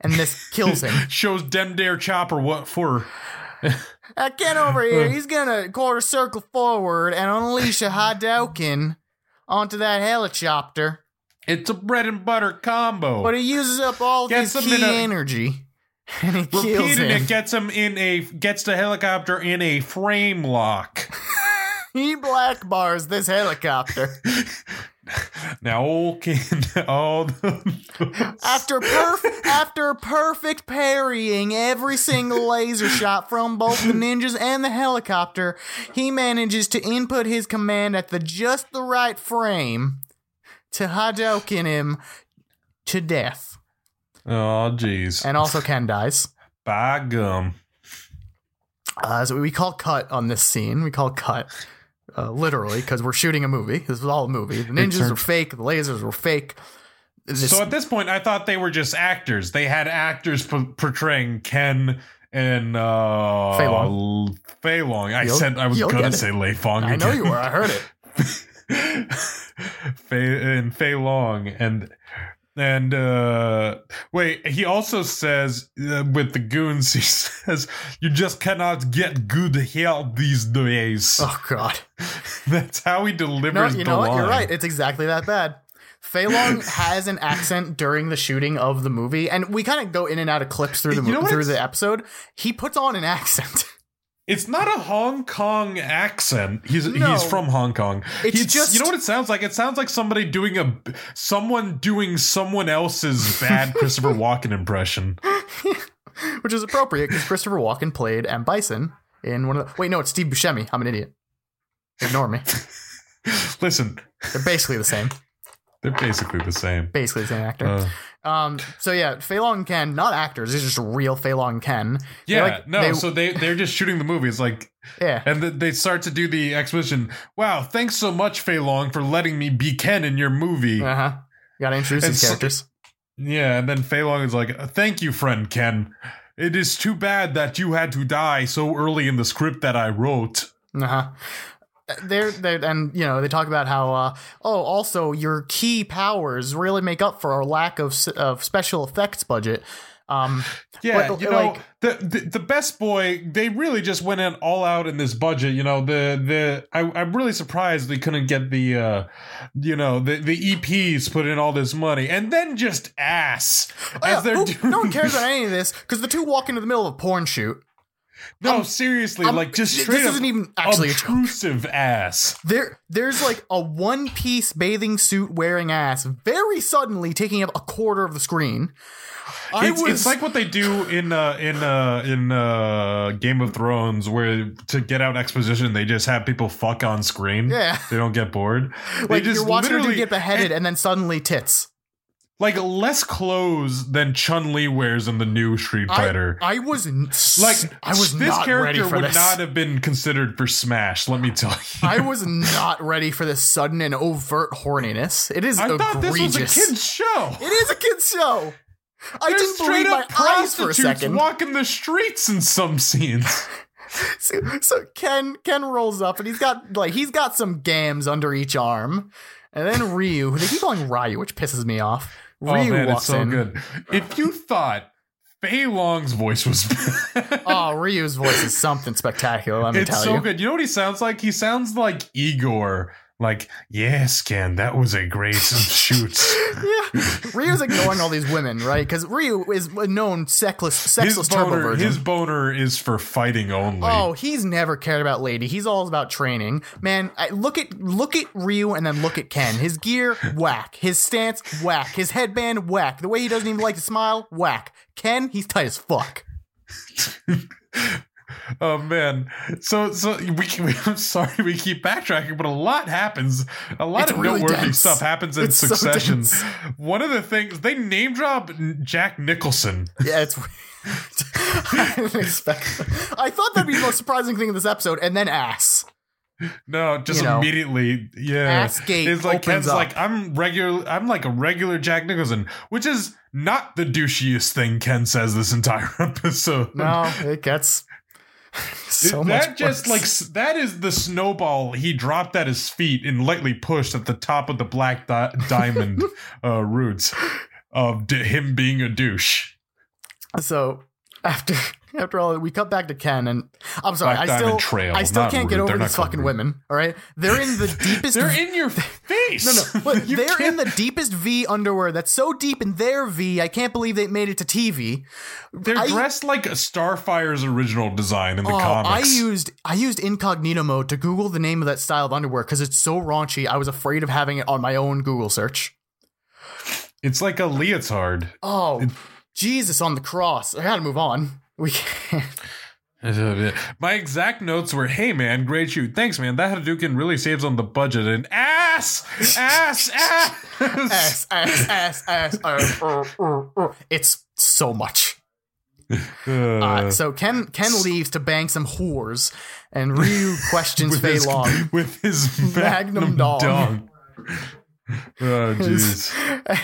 Speaker 2: and this kills him.
Speaker 3: Shows Dem Dare Chopper what for.
Speaker 2: Uh, Ken over here, he's gonna quarter circle forward and unleash a Hadouken onto that helicopter,
Speaker 3: It's a bread and butter combo.
Speaker 2: but he uses up all of
Speaker 3: Gets
Speaker 2: his
Speaker 3: him in
Speaker 2: key
Speaker 3: a-
Speaker 2: energy, and he kills
Speaker 3: Repeating
Speaker 2: him.
Speaker 3: it gets him in a gets the helicopter in a frame lock.
Speaker 2: he black bars this helicopter.
Speaker 3: Now, old oh, Ken, all the,
Speaker 2: After perf- after perfect parrying every single laser shot from both the ninjas and the helicopter, he manages to input his command at the just the right frame to Hadouken him to death.
Speaker 3: Oh, jeez.
Speaker 2: And also Ken dies.
Speaker 3: By gum.
Speaker 2: Uh, so we call cut on this scene. We call cut. Uh, literally, because we're shooting a movie. This was all a movie. The ninjas
Speaker 3: turned-
Speaker 2: were fake. The lasers were fake. This-
Speaker 3: So at this point, I thought they were just actors. They had actors p- portraying Ken and uh,
Speaker 2: Fei
Speaker 3: Long. Fei Long. I
Speaker 2: You'll-
Speaker 3: said I was
Speaker 2: you'll
Speaker 3: gonna
Speaker 2: get it.
Speaker 3: say Lei Fong.
Speaker 2: I know you were. I heard it.
Speaker 3: Fei and Fei Long and and uh wait he also says uh, with the goons he says you just cannot get good help these days
Speaker 2: Oh, God.
Speaker 3: that's how he
Speaker 2: No,
Speaker 3: delivers
Speaker 2: you
Speaker 3: the
Speaker 2: know what?
Speaker 3: line
Speaker 2: You're right. It's exactly that bad. Fei Long has an accent during the shooting of the movie, and we kind of go in and out of clips through the
Speaker 3: You
Speaker 2: mo-
Speaker 3: know what
Speaker 2: through
Speaker 3: it's-
Speaker 2: the episode. He puts on an accent.
Speaker 3: It's not a Hong Kong accent. He's
Speaker 2: No.
Speaker 3: he's from Hong Kong.
Speaker 2: It's
Speaker 3: He's-
Speaker 2: just-
Speaker 3: you know what it sounds like. It sounds like somebody doing a someone doing someone else's bad Christopher Walken impression.
Speaker 2: which is appropriate because Christopher Walken played M. Bison in one of the. Wait, no, it's Steve Buscemi. I'm an idiot. Ignore me.
Speaker 3: Listen,
Speaker 2: They're basically the same.
Speaker 3: they're basically the same.
Speaker 2: Basically the same actor.
Speaker 3: Uh,
Speaker 2: um. So yeah, Fei Long and Ken, not actors. They're just real Fei Long and Ken. They,
Speaker 3: yeah,
Speaker 2: like-
Speaker 3: no.
Speaker 2: they-
Speaker 3: so they they're just shooting the movie. It's like,
Speaker 2: yeah.
Speaker 3: and th- they start to do the exposition. Wow, thanks so much, Fei Long, for letting me be Ken in your movie.
Speaker 2: Uh huh. Got to introduce
Speaker 3: And
Speaker 2: these
Speaker 3: so-
Speaker 2: characters.
Speaker 3: Yeah, and then Fei Long is like, "Thank you, friend Ken. It is too bad that you had to die so early in the script that I wrote."
Speaker 2: Uh huh. Uh, They're, they're and you know they talk about how uh, oh also your key powers really make up for our lack of s- of special effects budget. Um,
Speaker 3: Yeah,
Speaker 2: But the-
Speaker 3: you know
Speaker 2: like-
Speaker 3: the, the the best boy. They really just went in all out in this budget. You know the the I, I'm really surprised they couldn't get the uh you know the the EPs put in all this money and then just ass
Speaker 2: yeah,
Speaker 3: as they're
Speaker 2: Uh, who-
Speaker 3: doing.
Speaker 2: oh, no one cares about any of this because the two walk into the middle of a porn shoot.
Speaker 3: No,
Speaker 2: I'm-
Speaker 3: seriously,
Speaker 2: um, I'm-
Speaker 3: like just
Speaker 2: this
Speaker 3: straight up
Speaker 2: isn't even actually a joke.
Speaker 3: obtrusive ass.
Speaker 2: There, there's like a one-piece bathing suit wearing ass very suddenly taking up a quarter of the screen. I
Speaker 3: it's,
Speaker 2: was
Speaker 3: it's like what they do in uh, in uh, in uh, Game of Thrones, where to get out exposition, they just have people fuck on screen.
Speaker 2: Yeah.
Speaker 3: they don't get bored.
Speaker 2: like
Speaker 3: they just
Speaker 2: you're watching her
Speaker 3: literally
Speaker 2: dude get beheaded and, then suddenly tits.
Speaker 3: like less clothes than Chun Li wears in the new Street Fighter.
Speaker 2: I, I was n-
Speaker 3: like
Speaker 2: I was
Speaker 3: this
Speaker 2: not
Speaker 3: character
Speaker 2: ready for
Speaker 3: would
Speaker 2: this.
Speaker 3: not have been considered for Smash. Let me tell you.
Speaker 2: I was not ready for this sudden and overt horniness. It is
Speaker 3: I thought this
Speaker 2: egregious.
Speaker 3: was a kids show.
Speaker 2: It is a kids show. I
Speaker 3: There's
Speaker 2: didn't believe my eyes for a second.
Speaker 3: walking the streets in some scenes.
Speaker 2: So, so Ken Ken rolls up and he's got like he's got some gams under each arm, and then Ryu. They keep calling Ryu, which pisses me off. Ryu
Speaker 3: oh man,
Speaker 2: walks
Speaker 3: it's so
Speaker 2: in.
Speaker 3: good. If you thought Fei Long's voice was bad,
Speaker 2: Oh, Ryu's voice is something spectacular. Let me
Speaker 3: it's
Speaker 2: tell
Speaker 3: so
Speaker 2: you.
Speaker 3: good. You know what he sounds like? He sounds like Igor. Like, yes, Ken, that was a great shoot.
Speaker 2: Yeah, Ryu's ignoring all these women, right? Because Ryu is a known sexless,
Speaker 3: his
Speaker 2: sexless turbo
Speaker 3: boner,
Speaker 2: virgin.
Speaker 3: his boner is for fighting only.
Speaker 2: Oh, he's never cared about lady. He's all about training. Man, I, look at look at Ryu and then look at Ken. His gear, whack. His stance, whack. His headband, whack. The way he doesn't even like to smile, whack. Ken, he's tight as fuck.
Speaker 3: Oh man. So so we, can- we I'm sorry we keep backtracking, but a lot happens. A lot
Speaker 2: It's
Speaker 3: of
Speaker 2: really
Speaker 3: noteworthy
Speaker 2: dense.
Speaker 3: stuff happens in
Speaker 2: It's so
Speaker 3: succession.
Speaker 2: dense.
Speaker 3: One of the things they name drop Jack Nicholson.
Speaker 2: Yeah, it's. I didn't expect. I thought that'd be the most surprising thing in this episode, and then ass.
Speaker 3: No, just
Speaker 2: You know,
Speaker 3: immediately. Yeah.
Speaker 2: ass gate
Speaker 3: It's like
Speaker 2: opens
Speaker 3: Ken's
Speaker 2: up.
Speaker 3: like, I'm regular I'm like a regular Jack Nicholson, which is not the douchiest thing Ken says this entire episode.
Speaker 2: No, it gets so
Speaker 3: that
Speaker 2: much.
Speaker 3: just
Speaker 2: worse.
Speaker 3: like s- that is the snowball he dropped at his feet and lightly pushed at the top of the black di- diamond uh, roots of d- him being a douche.
Speaker 2: so after after all we cut back to ken and i'm sorry
Speaker 3: Black
Speaker 2: i
Speaker 3: Diamond
Speaker 2: still
Speaker 3: Trail,
Speaker 2: i still
Speaker 3: not
Speaker 2: can't
Speaker 3: Root.
Speaker 2: get over
Speaker 3: They're not
Speaker 2: these
Speaker 3: called
Speaker 2: fucking
Speaker 3: Root.
Speaker 2: women all right they're in the deepest
Speaker 3: They're in your face.
Speaker 2: no no but they're in the deepest v underwear that's so deep in their v i can't believe they made it to tv
Speaker 3: They're
Speaker 2: I-
Speaker 3: dressed like Starfire's original design in the
Speaker 2: Oh, i
Speaker 3: comics.
Speaker 2: used i used incognito mode to google the name of that style of underwear because it's so raunchy i was afraid of having it on my own google search
Speaker 3: it's like a leotard.
Speaker 2: oh jesus on the cross i gotta move on we can't
Speaker 3: My exact notes were, "Hey man, great shoot. Thanks man. That Hadouken really saves on the budget." And ass, ass, ass,
Speaker 2: ass, ass, ass, ass, ass. uh, uh, uh. It's so much. Uh,
Speaker 3: Uh,
Speaker 2: so Ken Ken leaves to bang some whores, and Ryu questions
Speaker 3: with
Speaker 2: Fei
Speaker 3: his,
Speaker 2: Long.
Speaker 3: with his
Speaker 2: Magnum
Speaker 3: magnum,
Speaker 2: dong.
Speaker 3: dong. Oh jeez.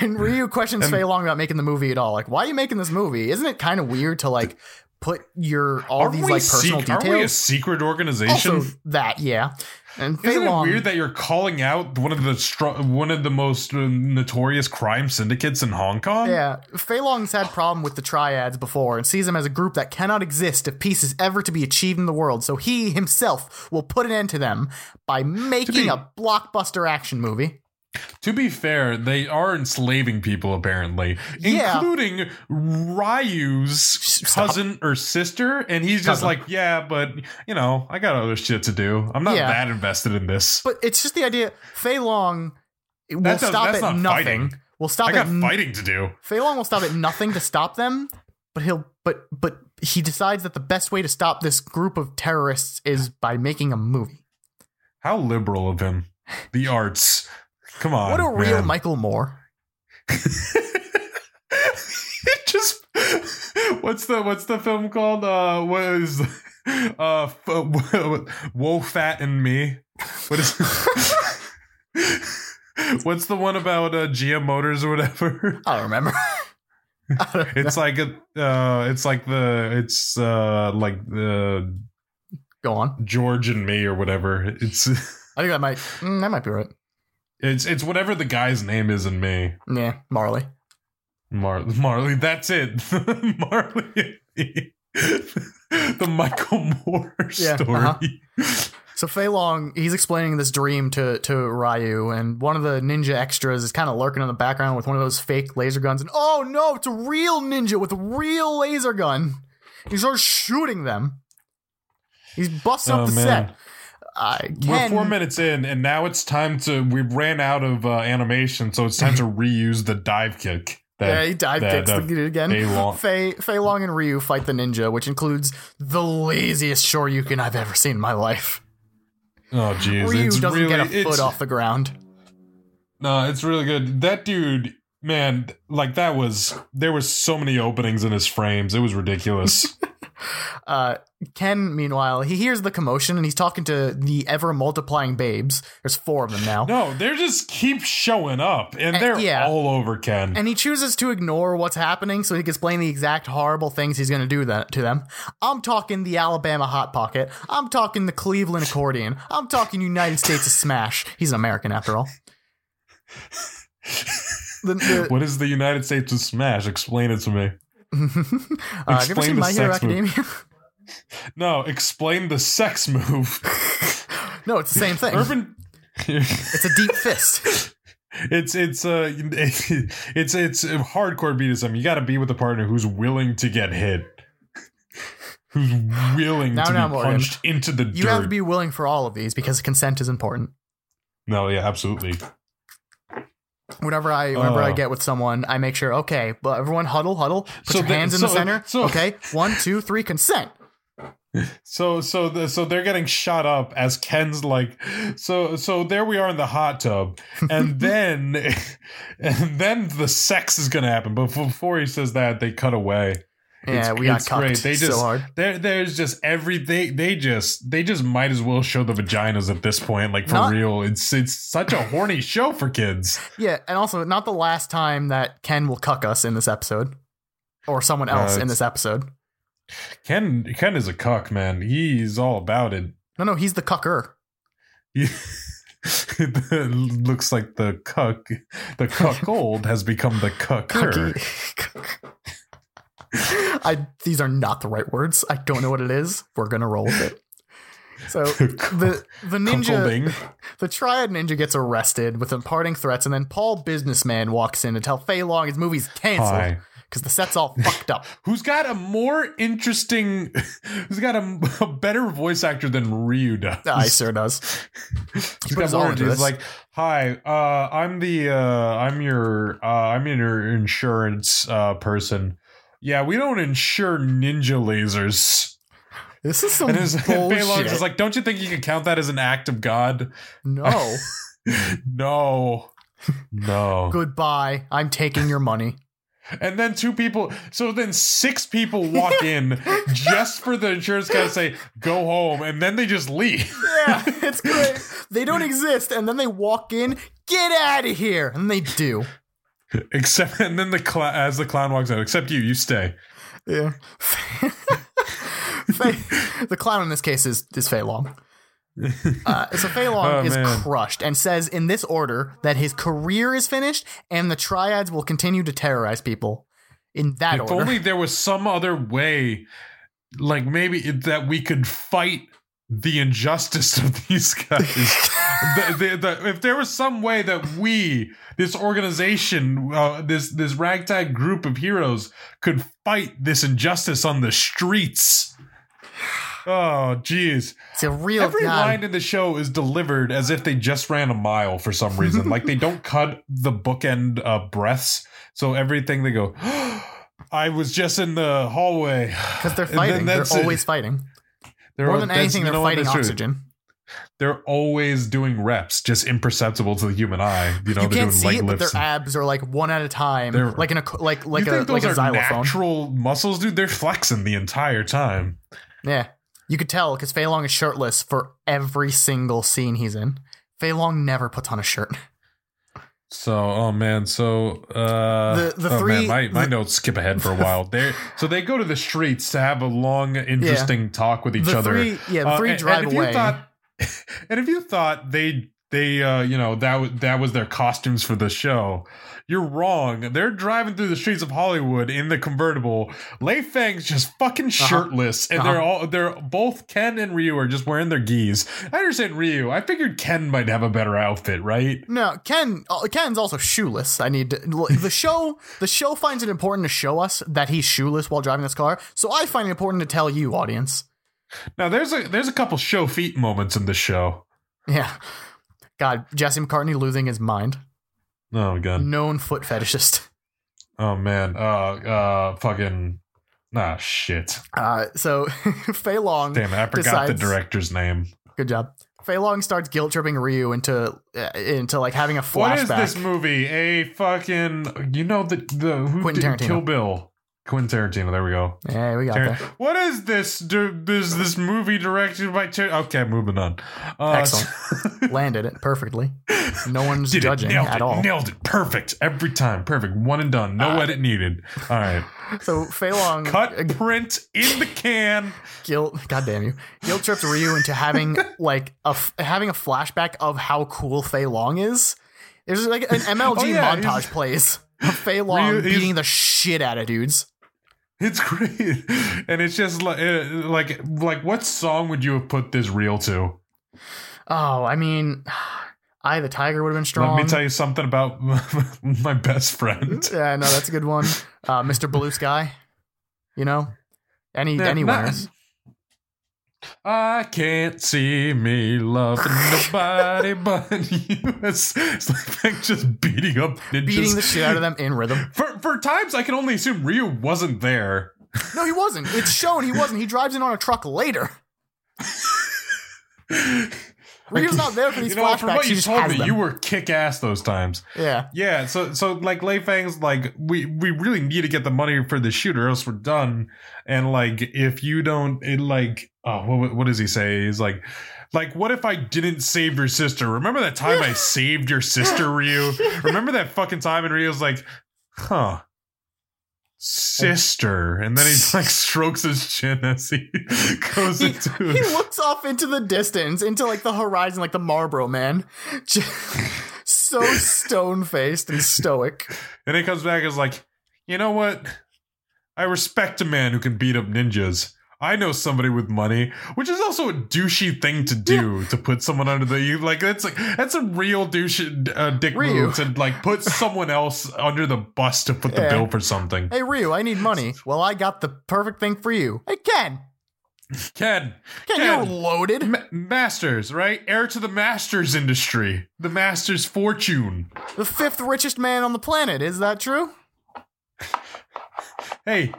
Speaker 2: And Ryu questions Fei Long about making the movie at all. Like, why are you making this movie? Isn't it kind of weird to like put your all
Speaker 3: Aren't
Speaker 2: these
Speaker 3: we
Speaker 2: like personal
Speaker 3: sec- Aren't we a
Speaker 2: details?
Speaker 3: secret organization?
Speaker 2: Also, that yeah. And Fei
Speaker 3: Isn't it
Speaker 2: Long,
Speaker 3: weird that you're calling out one of the str- one of the most uh, notorious crime syndicates in Hong Kong?
Speaker 2: yeah, Fei Long's had problem with the triads before and sees them as a group that cannot exist if peace is ever to be achieved in the world. So he himself will put an end to them by making
Speaker 3: be-
Speaker 2: a blockbuster action movie.
Speaker 3: To be fair, they are enslaving people apparently,
Speaker 2: Yeah.
Speaker 3: including Ryu's
Speaker 2: Stop.
Speaker 3: cousin or sister, and he's just
Speaker 2: Cousin.
Speaker 3: like, "Yeah, but you know, I got other shit to do. I'm not
Speaker 2: Yeah.
Speaker 3: that invested in this.
Speaker 2: But it's just the idea. Fei Long will
Speaker 3: That does-
Speaker 2: stop
Speaker 3: that's
Speaker 2: at
Speaker 3: not
Speaker 2: nothing.
Speaker 3: fighting.
Speaker 2: Will
Speaker 3: I
Speaker 2: stop
Speaker 3: got
Speaker 2: at n-
Speaker 3: fighting to do."
Speaker 2: Fei Long will stop at nothing to stop them. But he'll but but he decides that the best way to stop this group of terrorists is by making a movie.
Speaker 3: How liberal of him. The arts. Come on.
Speaker 2: What a real
Speaker 3: Oh, man.
Speaker 2: Michael Moore.
Speaker 3: It just What's the what's the film called? Uh what is uh f- Woe Fat and Me? What is What's the one about uh GM Motors or whatever?
Speaker 2: I don't remember. I don't know.
Speaker 3: It's like a uh it's like the it's uh like the
Speaker 2: Go on.
Speaker 3: George and Me or whatever. It's
Speaker 2: I think that might mm, that might be right.
Speaker 3: it's it's whatever the guy's name is in me.
Speaker 2: Yeah, Marley.
Speaker 3: Mar- Marley. That's it. Marley. the Michael Moore
Speaker 2: Yeah,
Speaker 3: story.
Speaker 2: uh-huh. So Fei Long, he's explaining this dream to to Ryu, and one of the ninja extras is kind of lurking in the background with one of those fake laser guns. And oh no, it's a real ninja with a real laser gun. He starts shooting them. He's busting
Speaker 3: Oh,
Speaker 2: up the
Speaker 3: man.
Speaker 2: set. I
Speaker 3: We're
Speaker 2: can
Speaker 3: four minutes in, and now it's time to. We ran out of uh, animation, so it's time to reuse the dive kick.
Speaker 2: Yeah, he dive
Speaker 3: that- uh,
Speaker 2: kicks the
Speaker 3: that
Speaker 2: dude again.
Speaker 3: Fei Long-
Speaker 2: Fei, Fei Long and Ryu fight the ninja, which includes the laziest Shoryuken I've ever seen in my life.
Speaker 3: Oh, jeez.
Speaker 2: Ryu
Speaker 3: It's
Speaker 2: doesn't
Speaker 3: really,
Speaker 2: get a
Speaker 3: it's,
Speaker 2: foot off the ground.
Speaker 3: No, it's really good. That dude, man, like that was. There was so many openings in his frames. It was ridiculous.
Speaker 2: Uh, Ken, meanwhile, he hears the commotion and he's talking to the ever multiplying babes. There's four of them now.
Speaker 3: no, they are just keep showing up, and
Speaker 2: Uh,
Speaker 3: they're
Speaker 2: yeah.
Speaker 3: all over Ken.
Speaker 2: And he chooses to ignore what's happening so he can explain the exact horrible things he's going to do that to them. I'm talking the Alabama Hot Pocket. I'm talking the Cleveland Accordion. I'm talking United States of Smash. He's an American after all. The- the-
Speaker 3: what is the United States of Smash? Explain it to me.
Speaker 2: Uh, have you ever
Speaker 3: Explain
Speaker 2: seen
Speaker 3: the
Speaker 2: My Hero
Speaker 3: sex move.
Speaker 2: Academia?
Speaker 3: No, explain the sex move.
Speaker 2: no, it's the same thing.
Speaker 3: Urban.
Speaker 2: It's a deep fist.
Speaker 3: It's it's uh it's it's hardcore beatism. You got to be with a partner who's willing to get hit, who's willing
Speaker 2: Now,
Speaker 3: to
Speaker 2: now,
Speaker 3: be
Speaker 2: Morgan.
Speaker 3: punched into the
Speaker 2: You
Speaker 3: dirt.
Speaker 2: have to be willing for all of these because consent is important.
Speaker 3: no, yeah, absolutely.
Speaker 2: Whenever I whenever I
Speaker 3: Oh.
Speaker 2: get with someone, I make sure okay, but everyone huddle, huddle, put
Speaker 3: So
Speaker 2: your
Speaker 3: the-
Speaker 2: hands in the
Speaker 3: so-
Speaker 2: center.
Speaker 3: so-
Speaker 2: okay, one, two, three, consent.
Speaker 3: So so the, so they're getting shot up as Ken's like so so there we are in the hot tub and then and then the sex is gonna happen. But before he says that, they cut away.
Speaker 2: Yeah,
Speaker 3: It's-
Speaker 2: we got
Speaker 3: it's
Speaker 2: cucked
Speaker 3: great. They
Speaker 2: so
Speaker 3: just-
Speaker 2: hard.
Speaker 3: There, there's just every they they just they just might as well show the vaginas at this point, like for
Speaker 2: Not-
Speaker 3: real. It's it's such a horny show for kids.
Speaker 2: Yeah, and also not the last time that Ken will cuck us in this episode, or someone else in
Speaker 3: Uh, it's-
Speaker 2: this episode.
Speaker 3: Ken Ken is a cuck, man. He's all about it.
Speaker 2: No, no, he's the cucker.
Speaker 3: He- looks like the cuck, the cuckold has become the cucker.
Speaker 2: Cucky. I these are not the right words. I don't know what it is. We're gonna roll with it. So the the ninja
Speaker 3: Cuckolding.
Speaker 2: the triad ninja gets arrested with imparting threats, and then Paul businessman walks in to tell Fei Long his movie's canceled
Speaker 3: Hi.
Speaker 2: because the set's all fucked up.
Speaker 3: Who's got a more interesting? Who's got a, a better voice actor than Ryu does?
Speaker 2: Ah, he sure does.
Speaker 3: He's
Speaker 2: put
Speaker 3: got
Speaker 2: his all
Speaker 3: more-
Speaker 2: into
Speaker 3: he's
Speaker 2: this.
Speaker 3: like, "Hi, uh, I'm the uh, I'm your uh, I'm your insurance uh, person. Yeah, we don't insure ninja lasers."
Speaker 2: This is some
Speaker 3: And his
Speaker 2: Oh, bullshit.
Speaker 3: Baylon's is like, "Don't you think you can count that as an act of God?"
Speaker 2: no,
Speaker 3: no, no.
Speaker 2: goodbye. I'm taking your money.
Speaker 3: And then two people, so then six people walk in just for the insurance guy to say, "Go home," and then they just leave.
Speaker 2: Yeah, it's great. They don't exist, and then they walk in. Get out of here, and they do.
Speaker 3: Except, and then the cl- as the clown walks out, except you, you stay.
Speaker 2: Yeah. Fei- the clown in this case is is Fei Long. Uh, so Fei Long
Speaker 3: Oh,
Speaker 2: is
Speaker 3: man.
Speaker 2: crushed and says in this order that his career is finished and the triads will continue to terrorize people. In that
Speaker 3: if
Speaker 2: order,
Speaker 3: only there was some other way like maybe it, that we could fight the injustice of these guys The- the- the- if there was some way that we this organization uh, this this ragtag group of heroes could fight this injustice on the streets oh jeez
Speaker 2: it's a real
Speaker 3: every
Speaker 2: God.
Speaker 3: line in the show is delivered as if they just ran a mile for some reason. like they don't cut the bookend uh, breaths, so everything they go. I was just in the hallway
Speaker 2: because they're
Speaker 3: And then
Speaker 2: fighting. They're
Speaker 3: that's it.
Speaker 2: always fighting.
Speaker 3: They're-
Speaker 2: More than
Speaker 3: that's-
Speaker 2: anything,
Speaker 3: you
Speaker 2: they're
Speaker 3: know what,
Speaker 2: fighting
Speaker 3: that's true.
Speaker 2: oxygen.
Speaker 3: They're always doing reps, just imperceptible to the human eye. You know,
Speaker 2: you
Speaker 3: they're
Speaker 2: can't
Speaker 3: doing
Speaker 2: see
Speaker 3: leg
Speaker 2: it, but
Speaker 3: lifts.
Speaker 2: their abs are like one at a time,
Speaker 3: They're-
Speaker 2: like in a co- like like
Speaker 3: you
Speaker 2: a
Speaker 3: think
Speaker 2: like
Speaker 3: those
Speaker 2: a
Speaker 3: are
Speaker 2: xylophone.
Speaker 3: natural muscles, dude? They're flexing the entire time.
Speaker 2: Yeah, you could tell because Fei Long is shirtless for every single scene he's in. Fei Long never puts on a shirt.
Speaker 3: So, oh man, so uh,
Speaker 2: The- the
Speaker 3: oh,
Speaker 2: three-
Speaker 3: man, my, my
Speaker 2: the-
Speaker 3: notes skip ahead for a while. They so they go to the streets to have a long, interesting talk with each
Speaker 2: the
Speaker 3: other.
Speaker 2: three, yeah, the
Speaker 3: Uh,
Speaker 2: three
Speaker 3: and-
Speaker 2: drive
Speaker 3: and if you
Speaker 2: away.
Speaker 3: thought- and if you thought they they uh you know that was that was their costumes for the show you're wrong they're driving through the streets of hollywood in the convertible lei fang's just fucking
Speaker 2: Uh-huh.
Speaker 3: shirtless and they're all they're both ken and ryu are just wearing their geese i understand ryu i figured ken might have a better outfit right
Speaker 2: No, Ken. uh, Ken's also shoeless. I need to, look, the show. The show finds it important to show us that he's shoeless while driving this car. So I find it important to tell you, audience.
Speaker 3: now there's a there's a couple show feet moments in this show
Speaker 2: Yeah. God, Jesse McCartney losing his mind.
Speaker 3: oh my god
Speaker 2: Known foot fetishist.
Speaker 3: oh man uh uh fucking ah shit
Speaker 2: Uh, so Fei Long.
Speaker 3: damn it i forgot the
Speaker 2: decides-
Speaker 3: director's name
Speaker 2: Good job. Fei Long starts guilt tripping Ryu into uh, into like having a flashback.
Speaker 3: What is this movie? A fucking you know the the who
Speaker 2: Quentin
Speaker 3: did
Speaker 2: Tarantino.
Speaker 3: Kill Bill. Quentin Tarantino. There we go.
Speaker 2: Yeah, we got
Speaker 3: Tar-
Speaker 2: there.
Speaker 3: what is this? Du- is this movie directed by? Tar- okay, moving on. Uh,
Speaker 2: Excellent. Landed it perfectly. No one's
Speaker 3: Did it,
Speaker 2: judging
Speaker 3: nailed
Speaker 2: at
Speaker 3: it,
Speaker 2: all. Ah.
Speaker 3: Nailed it. Perfect every time. Perfect. One and done. No edit needed. All right.
Speaker 2: So Fei Long
Speaker 3: Cut. Print in the can.
Speaker 2: guilt god damn you guilt trips ryu into having like a f- having a flashback of how cool fei long is there's like an mlg
Speaker 3: Oh, yeah,
Speaker 2: montage
Speaker 3: he's-
Speaker 2: plays of fei long
Speaker 3: Ryu- he's-
Speaker 2: beating the shit out of dudes
Speaker 3: It's great, and it's just like like like what song would you have put this reel to?
Speaker 2: oh i mean i the tiger would have been strong
Speaker 3: Let me tell you something about my best friend.
Speaker 2: yeah no that's a good one uh mr blue sky you know any
Speaker 3: Yeah,
Speaker 2: any
Speaker 3: not-
Speaker 2: winners
Speaker 3: I can't see me loving nobody but you. It's, it's like, like just beating up ninjas.
Speaker 2: beating the shit out of them in rhythm
Speaker 3: For, for times, I can only assume Ryu wasn't there.
Speaker 2: no he wasn't it's shown he wasn't he drives in on a truck later Ryu's not there for these
Speaker 3: you know,
Speaker 2: flashbacks.
Speaker 3: from what
Speaker 2: he
Speaker 3: you
Speaker 2: just
Speaker 3: told
Speaker 2: has
Speaker 3: me,
Speaker 2: them.
Speaker 3: you were kick ass those times.
Speaker 2: yeah.
Speaker 3: Yeah, so so like Lei Fang's like we we really need to get the money for the shooter, else we're done. And like if you don't, it like oh what what does he say? He's like. Like, what if I didn't save your sister? Remember that time I saved your sister, Ryu? Remember that fucking time? And Ryu's like, huh, sister. And then he like strokes his chin as he goes
Speaker 2: he,
Speaker 3: into
Speaker 2: he looks off into the distance, into like the horizon, like the Marlboro man. Just so stone faced and stoic.
Speaker 3: And he comes back and is like, you know what? I respect a man who can beat up ninjas. I know somebody with money, which is also a douchey thing to do to put someone under the you like that's like that's a real douche uh, dick
Speaker 2: Ryu.
Speaker 3: move to like put someone else under the bus to put
Speaker 2: Yeah. Uh,
Speaker 3: the bill for something.
Speaker 2: Hey, Ryu, I need money. Well, I got the perfect thing for you. Hey, Ken.
Speaker 3: Ken,
Speaker 2: Ken,
Speaker 3: Ken.
Speaker 2: you're loaded.
Speaker 3: ma- masters, right? Heir to the masters industry, the masters fortune.
Speaker 2: The fifth richest man on the planet. Is that true?
Speaker 3: Hey,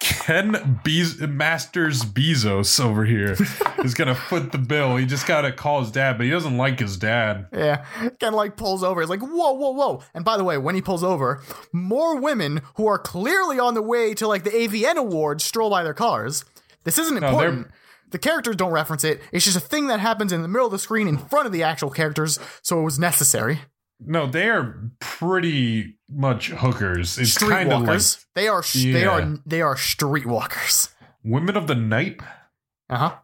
Speaker 3: Ken Bez- Masters Bezos over here is gonna foot the bill. He just gotta call his dad, but he doesn't like his dad.
Speaker 2: Yeah. Ken, like, pulls over. He's like, whoa, whoa, whoa. And by the way, when he pulls over, more women who are clearly on the way to, like, the AVN Awards stroll by their cars. This isn't
Speaker 3: they're-
Speaker 2: important. the characters don't reference it. It's just a thing that happens in the middle of the screen in front of the actual characters, so it was necessary.
Speaker 3: No, they are pretty much hookers. It's kind of like
Speaker 2: Streetwalkers. they are. Sh- They
Speaker 3: Yeah.
Speaker 2: are. They are streetwalkers.
Speaker 3: women of the night.
Speaker 2: Uh huh.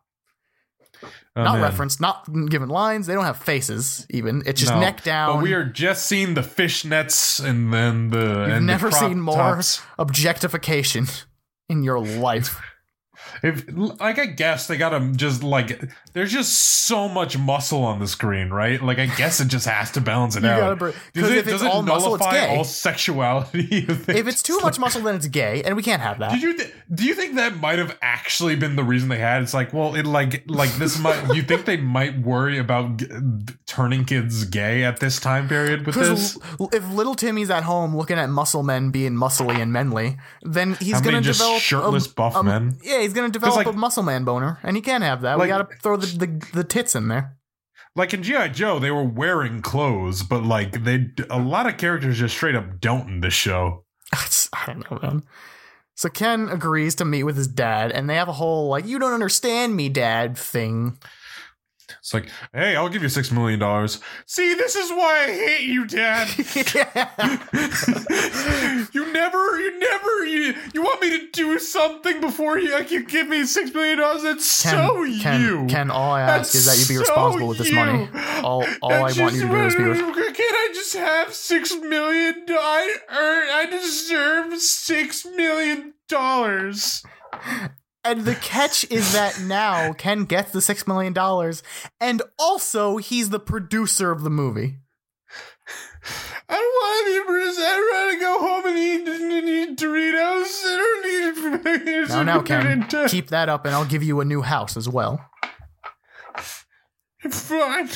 Speaker 3: Oh,
Speaker 2: not
Speaker 3: man.
Speaker 2: referenced. Not given lines. They don't have faces. Even it's just
Speaker 3: No,
Speaker 2: neck down.
Speaker 3: But we are just seeing the fishnets and then the.
Speaker 2: You've
Speaker 3: and the
Speaker 2: never
Speaker 3: crop
Speaker 2: seen more
Speaker 3: tops.
Speaker 2: objectification in your life.
Speaker 3: If like I guess they gotta just like there's just so much muscle on the screen, right? Like I guess it just has to balance it
Speaker 2: You gotta
Speaker 3: out.
Speaker 2: br- 'cause
Speaker 3: does it,
Speaker 2: if it's
Speaker 3: does it
Speaker 2: all
Speaker 3: nullify
Speaker 2: muscle, it's gay.
Speaker 3: all sexuality? if
Speaker 2: if it's too much muscle, then it's gay, and we can't have that.
Speaker 3: did you th- do you think that might have actually been the reason they had? It's like, well, it like like this might. you think they might worry about g- turning kids gay at this time period with this?
Speaker 2: Because if little Timmy's at home looking at muscle men being muscly and manly, then he's
Speaker 3: How
Speaker 2: gonna
Speaker 3: many just
Speaker 2: develop a-
Speaker 3: shirtless buff
Speaker 2: a-
Speaker 3: men?
Speaker 2: Yeah, he's gonna develop
Speaker 3: like-
Speaker 2: a muscle man boner, and he can't have that. we
Speaker 3: Like-
Speaker 2: gotta throw the, the the tits in there.
Speaker 3: Like in GI Joe, they were wearing clothes, but like they a lot of characters just straight up don't in this show.
Speaker 2: I don't know, man. So Ken agrees to meet with his dad, and they have a whole like "you don't understand me, dad" thing.
Speaker 3: It's like, hey, I'll give you six million dollars. See, this is why I hate you, Dad.
Speaker 2: yeah.
Speaker 3: you never, you never, you, me? You want me to do something before you? Like you give me six million dollars? That's so
Speaker 2: Ken,
Speaker 3: you.
Speaker 2: Ken, all I ask
Speaker 3: That's
Speaker 2: is that you be
Speaker 3: so
Speaker 2: responsible with this money.
Speaker 3: you.
Speaker 2: All, all I
Speaker 3: That's
Speaker 2: want you
Speaker 3: just
Speaker 2: to do is be.
Speaker 3: what-
Speaker 2: Re-
Speaker 3: Can't I just have six million? do- I earn. I deserve six million dollars.
Speaker 2: and the catch is that now Ken gets the six million dollars, and also he's the producer of the movie.
Speaker 3: I don't want to be a producer. I'd rather go home and eat, eat Doritos. I don't need.
Speaker 2: Now, now, Ken, keep that up, and I'll give you a new house as well.
Speaker 3: Fine.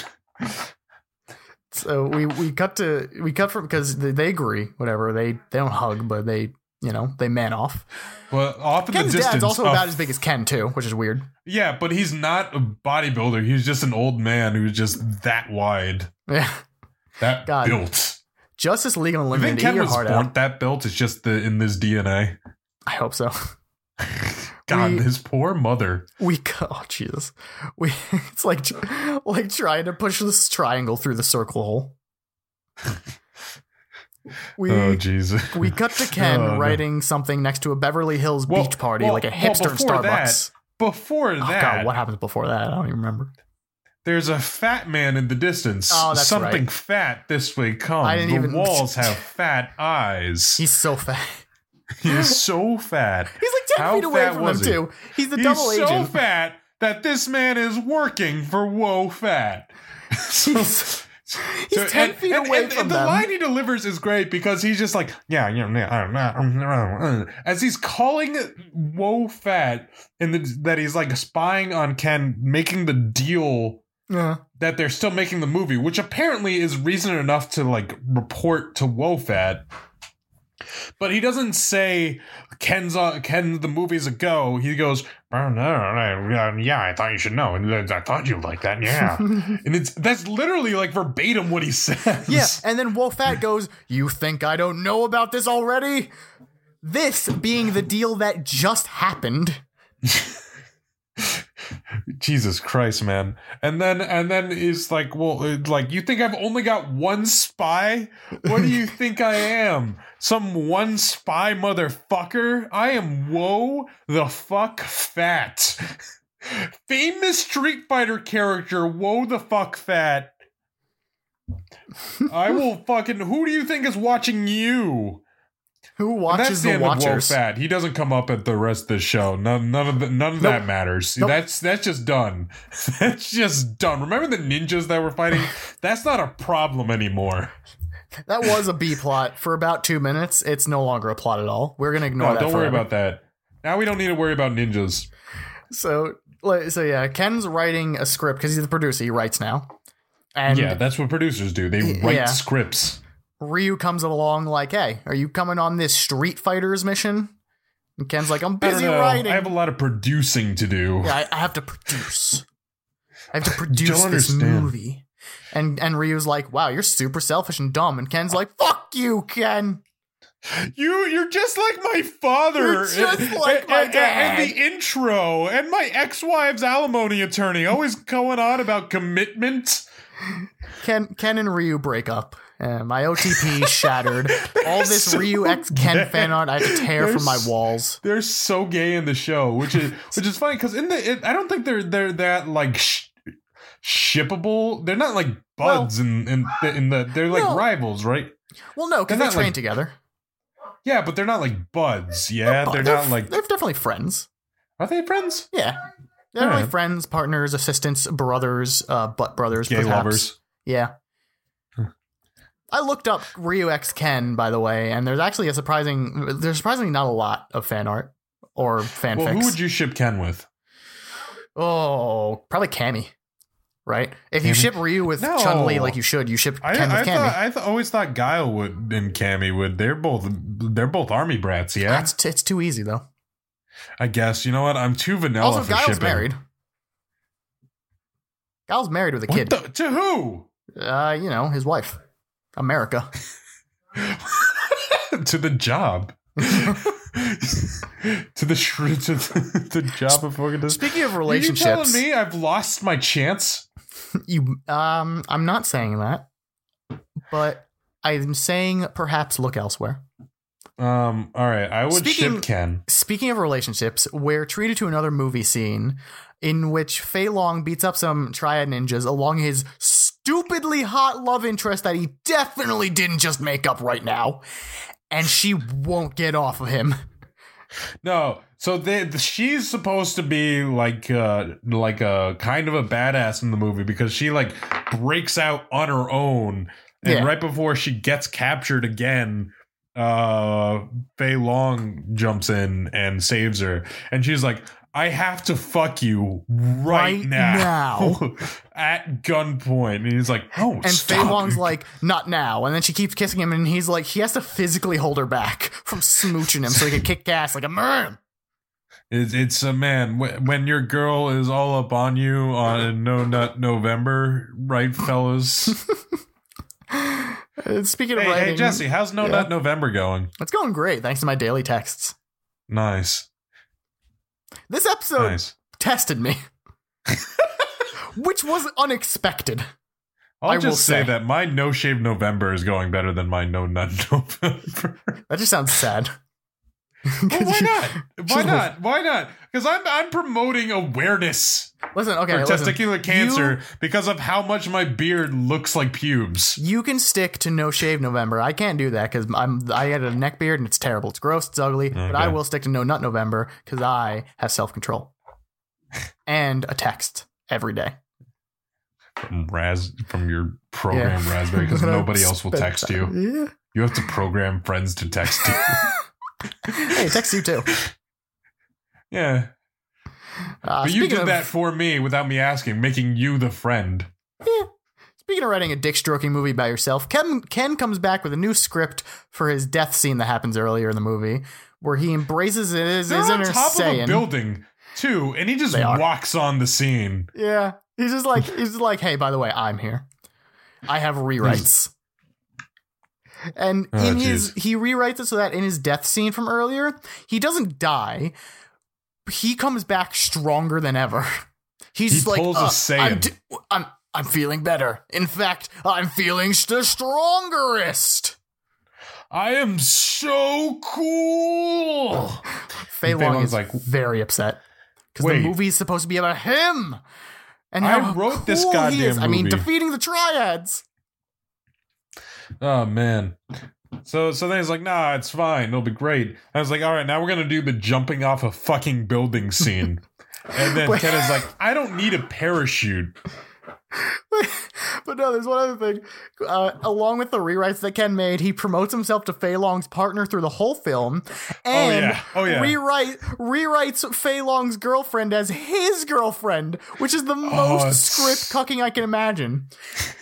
Speaker 2: So we we cut to we cut from because they, they agree, whatever. They they don't hug, but they you know they man off.
Speaker 3: Well, off in
Speaker 2: Ken's
Speaker 3: the distance.
Speaker 2: dad's also
Speaker 3: a
Speaker 2: about as big as Ken too, which is weird.
Speaker 3: Yeah, but he's not a bodybuilder. He's just an old man who's just that wide,
Speaker 2: Yeah,
Speaker 3: that
Speaker 2: God.
Speaker 3: built.
Speaker 2: Justice League
Speaker 3: I think
Speaker 2: Unlimited. Eat
Speaker 3: Ken
Speaker 2: your
Speaker 3: was
Speaker 2: heart
Speaker 3: born
Speaker 2: out.
Speaker 3: that built. It's just the in this DNA.
Speaker 2: I hope so.
Speaker 3: God,
Speaker 2: We-
Speaker 3: his poor mother.
Speaker 2: We cu- oh Jesus, we it's like like trying to push this triangle through the circle hole. We
Speaker 3: oh Jesus.
Speaker 2: we cut to Ken
Speaker 3: Oh, no.
Speaker 2: writing something next to a Beverly Hills
Speaker 3: Well-
Speaker 2: beach party,
Speaker 3: well-
Speaker 2: like a
Speaker 3: well,
Speaker 2: hipster in
Speaker 3: before that,
Speaker 2: Starbucks.
Speaker 3: Before
Speaker 2: oh
Speaker 3: that,
Speaker 2: God, what happens before that? I don't even remember.
Speaker 3: there's a fat man in the distance.
Speaker 2: Oh, that's
Speaker 3: Something
Speaker 2: right.
Speaker 3: fat this way come.
Speaker 2: I didn't
Speaker 3: the
Speaker 2: even-
Speaker 3: walls have fat eyes.
Speaker 2: He's so fat.
Speaker 3: he is so fat.
Speaker 2: He's like ten
Speaker 3: How
Speaker 2: feet away
Speaker 3: fat
Speaker 2: from
Speaker 3: was
Speaker 2: them
Speaker 3: he?
Speaker 2: too. He's the
Speaker 3: He's
Speaker 2: double
Speaker 3: so
Speaker 2: agent.
Speaker 3: fat that this man is working for Whoa Fat. So-
Speaker 2: He's- he's 10 feet
Speaker 3: and,
Speaker 2: away
Speaker 3: and,
Speaker 2: from
Speaker 3: and the
Speaker 2: them.
Speaker 3: line he delivers is great because he's just like, yeah, yeah, yeah, I don't know, I don't know, I don't know," as he's calling Whoa Fat, and the, that he's like spying on Ken, making the deal
Speaker 2: Yeah.
Speaker 3: that they're still making the movie, which apparently is reason enough to like report to Wofat. But he doesn't say Ken's on, Ken the movie's a go. He goes, "Oh, no, no, no, yeah, I thought you should know, and I thought you liked that, yeah. and it's that's literally like verbatim what he says.
Speaker 2: Yeah, and then Wolf Fat goes, You think I don't know about this already? This being the deal that just happened.
Speaker 3: Jesus Christ, man. And then and then he's like, well, uh, like you think I've only got one spy? What do you think I am? Some one spy motherfucker? I am whoa the fuck fat. Famous Street Fighter character, whoa the fuck fat. I will fucking who do you think is watching you?
Speaker 2: Who
Speaker 3: And
Speaker 2: watches
Speaker 3: that's the,
Speaker 2: the,
Speaker 3: end of
Speaker 2: Watchers?
Speaker 3: Wolf Fat. He doesn't come up at the rest of the show. None, none of the, none
Speaker 2: Nope.
Speaker 3: of that matters. See,
Speaker 2: Nope.
Speaker 3: That's that's just done. that's just done. Remember the ninjas that were fighting? that's not a problem anymore.
Speaker 2: That was a B plot for about two minutes. It's no longer a plot at all. We're gonna ignore
Speaker 3: No,
Speaker 2: that.
Speaker 3: don't worry
Speaker 2: forever.
Speaker 3: about that. Now we don't need to worry about ninjas.
Speaker 2: So, like, so yeah, Ken's writing a script because he's the producer. He writes now, and
Speaker 3: yeah, that's what producers do. They
Speaker 2: Y-
Speaker 3: write
Speaker 2: yeah.
Speaker 3: scripts.
Speaker 2: Ryu comes along like, "Hey, are you coming on this Street Fighters mission?" And Ken's like, "I'm
Speaker 3: I don't
Speaker 2: busy
Speaker 3: know.
Speaker 2: writing.
Speaker 3: I have a lot of producing to do.
Speaker 2: Yeah, I, I have to produce. I have to produce
Speaker 3: Don't
Speaker 2: this
Speaker 3: understand.
Speaker 2: movie. And and Ryu's like, wow, you're super selfish and dumb. And Ken's like, fuck you, Ken.
Speaker 3: You you're just like my father.
Speaker 2: You're just
Speaker 3: And-
Speaker 2: like
Speaker 3: and-
Speaker 2: my
Speaker 3: and- And,
Speaker 2: dad.
Speaker 3: the intro and my ex-wife's alimony attorney always going on about commitment.
Speaker 2: Ken Ken and Ryu break up. Uh, my OTP is shattered. All this
Speaker 3: so
Speaker 2: Ryu X Ken
Speaker 3: bad.
Speaker 2: fan art I had to tear
Speaker 3: They're
Speaker 2: from my
Speaker 3: s-
Speaker 2: walls.
Speaker 3: They're so gay in the show, which is which is funny because in the it, I don't think they're they're that like sh- shippable. They're not like buds in in the, in the they're like
Speaker 2: No.
Speaker 3: rivals, right?
Speaker 2: Well, no,
Speaker 3: They're
Speaker 2: because they
Speaker 3: not,
Speaker 2: train
Speaker 3: like,
Speaker 2: together.
Speaker 3: Yeah, but they're not like buds. Yeah,
Speaker 2: But
Speaker 3: they're, not like
Speaker 2: they're definitely friends.
Speaker 3: are they friends?
Speaker 2: Yeah, they're definitely
Speaker 3: Alright.
Speaker 2: friends, partners, assistants, brothers, uh, butt brothers,
Speaker 3: Gay
Speaker 2: perhaps.
Speaker 3: lovers.
Speaker 2: Yeah.
Speaker 3: Hmm.
Speaker 2: I looked up Ryu X Ken, by the way, and there's actually a surprising there's surprisingly not a lot of fan art or fanfics.
Speaker 3: Well, who would you ship Ken with?
Speaker 2: oh, probably Cammy. Right? If you
Speaker 3: Cammy?
Speaker 2: ship Ryu with
Speaker 3: No.
Speaker 2: Chun Li like you should, you ship
Speaker 3: I,
Speaker 2: Ken
Speaker 3: I
Speaker 2: with Cammy.
Speaker 3: thought I th- always thought Guile would and Cammy would. They're both they're both army brats. Yeah,
Speaker 2: That's t- it's too easy though.
Speaker 3: I guess. You know what? I'm too vanilla
Speaker 2: also,
Speaker 3: for
Speaker 2: Giles
Speaker 3: shipping.
Speaker 2: married. Giles married with a
Speaker 3: What
Speaker 2: kid.
Speaker 3: the, to who?
Speaker 2: uh, you know, his wife, America.
Speaker 3: to the job. to the shri- to the, the job of organization.
Speaker 2: Speaking of
Speaker 3: Are you
Speaker 2: relationships,
Speaker 3: telling me I've lost my chance?
Speaker 2: You, um, I'm not saying that, but I'm saying perhaps look elsewhere.
Speaker 3: Um. All right. I would
Speaker 2: Speaking-
Speaker 3: ship Ken.
Speaker 2: Speaking of relationships, we're treated to another movie scene in which Fei Long beats up some triad ninjas along his stupidly hot love interest that he definitely didn't just make up right now. And she won't get off of him.
Speaker 3: No. So they, she's supposed to be like uh like a kind of a badass in the movie because she like breaks out on her own and
Speaker 2: Yeah.
Speaker 3: right before she gets captured again uh Fei Long jumps in and saves her and she's like I have to fuck you right,
Speaker 2: Right
Speaker 3: now, at gunpoint and he's like no
Speaker 2: And Fei
Speaker 3: stop.
Speaker 2: Long's like, not now. And then she keeps kissing him, and he's like, he has to physically hold her back from smooching him so he can kick ass like a man.
Speaker 3: It's, it's a man wh- when your girl is all up on you on a no nut November, right, fellas?
Speaker 2: Uh, Speaking
Speaker 3: hey,
Speaker 2: of writing,
Speaker 3: hey, Jesse, how's no
Speaker 2: Yeah.
Speaker 3: nut November going?
Speaker 2: it's going great thanks to my daily texts.
Speaker 3: Nice,
Speaker 2: This episode
Speaker 3: nice.
Speaker 2: tested me, which was unexpected.
Speaker 3: I'll
Speaker 2: I will
Speaker 3: just say,
Speaker 2: say.
Speaker 3: that my no shave November is going better than my no nut November.
Speaker 2: That just sounds sad.
Speaker 3: Well, why not? Why
Speaker 2: should've-
Speaker 3: not? Why not? Because I'm I'm promoting awareness
Speaker 2: Listen, okay,
Speaker 3: for
Speaker 2: listen.
Speaker 3: testicular cancer because of how much my beard looks like pubes.
Speaker 2: You can stick to no shave November. I can't do that because I'm I had a neck beard and it's terrible. It's gross. It's ugly. But I
Speaker 3: Okay.
Speaker 2: will stick to no nut November because I have self control and a text every day.
Speaker 3: From Raz from your program
Speaker 2: Yeah.
Speaker 3: Raspberry because nobody else will
Speaker 2: Spend
Speaker 3: text you.
Speaker 2: time- Yeah.
Speaker 3: You have to program friends to text you.
Speaker 2: Hey, text you too.
Speaker 3: yeah.
Speaker 2: Uh,
Speaker 3: but you
Speaker 2: speaking
Speaker 3: did
Speaker 2: of-
Speaker 3: that for me without me asking, making you the friend.
Speaker 2: Speaking of writing a dick stroking movie by yourself, Ken Ken comes back with a new script for his death scene that happens earlier in the movie, where he embraces his,
Speaker 3: They're
Speaker 2: his
Speaker 3: on
Speaker 2: inner
Speaker 3: top of a
Speaker 2: Saiyan.
Speaker 3: building, too, and he just
Speaker 2: They are.
Speaker 3: walks on the scene.
Speaker 2: yeah, he's just like he's just like, hey, by the way, I'm here. I have rewrites. And
Speaker 3: Oh,
Speaker 2: in his he rewrites it so that in his death scene from earlier, he doesn't die. He comes back stronger than ever. He's
Speaker 3: He
Speaker 2: just like,
Speaker 3: pulls a
Speaker 2: "Uh, I'm,
Speaker 3: Saiyan."
Speaker 2: d- I'm I'm feeling better. In fact, I'm feeling the strongerest.
Speaker 3: I am so cool.
Speaker 2: Fei
Speaker 3: Fei
Speaker 2: Long
Speaker 3: Long's
Speaker 2: is
Speaker 3: like,
Speaker 2: like very upset because the
Speaker 3: "Wait."
Speaker 2: movie is supposed to be about him. And
Speaker 3: I
Speaker 2: how
Speaker 3: wrote this
Speaker 2: cool he
Speaker 3: goddamn
Speaker 2: is. I mean,
Speaker 3: movie.
Speaker 2: defeating the triads.
Speaker 3: Oh man. So so then he's like, nah, it's fine, it'll be great. I was like, all right, now we're gonna do the jumping off a fucking building scene. and then Ken is like, I don't need a parachute.
Speaker 2: but no, there's one other thing. Uh, along with the rewrites that Ken made, he promotes himself to Fei Long's partner through the whole film, and
Speaker 3: yeah. Oh, yeah.
Speaker 2: rewrite rewrites Fei Long's girlfriend as his girlfriend, which is the most
Speaker 3: Oh, it's-
Speaker 2: script cucking I can imagine.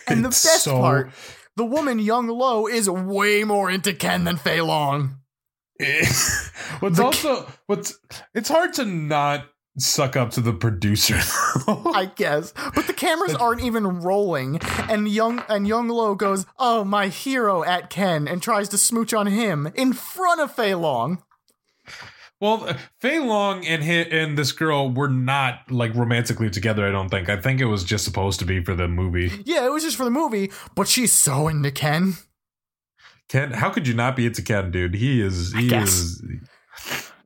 Speaker 2: And the
Speaker 3: It's
Speaker 2: best
Speaker 3: so-
Speaker 2: part, the woman Young Lo is way more into Ken than Fei Long.
Speaker 3: what's
Speaker 2: The-
Speaker 3: also what's it's hard to not suck up to the producer.
Speaker 2: I guess. But the cameras aren't even rolling, and young and young Lo goes, "Oh, my hero!" at Ken and tries to smooch on him in front of Fei Long.
Speaker 3: well, Fei Long and hit and this girl were not like romantically together. I don't think. I think it was just supposed to be for the movie.
Speaker 2: Yeah, it was just for the movie, but she's so into Ken.
Speaker 3: Ken, how could you not be into Ken, dude? He is. He
Speaker 2: guess.
Speaker 3: is.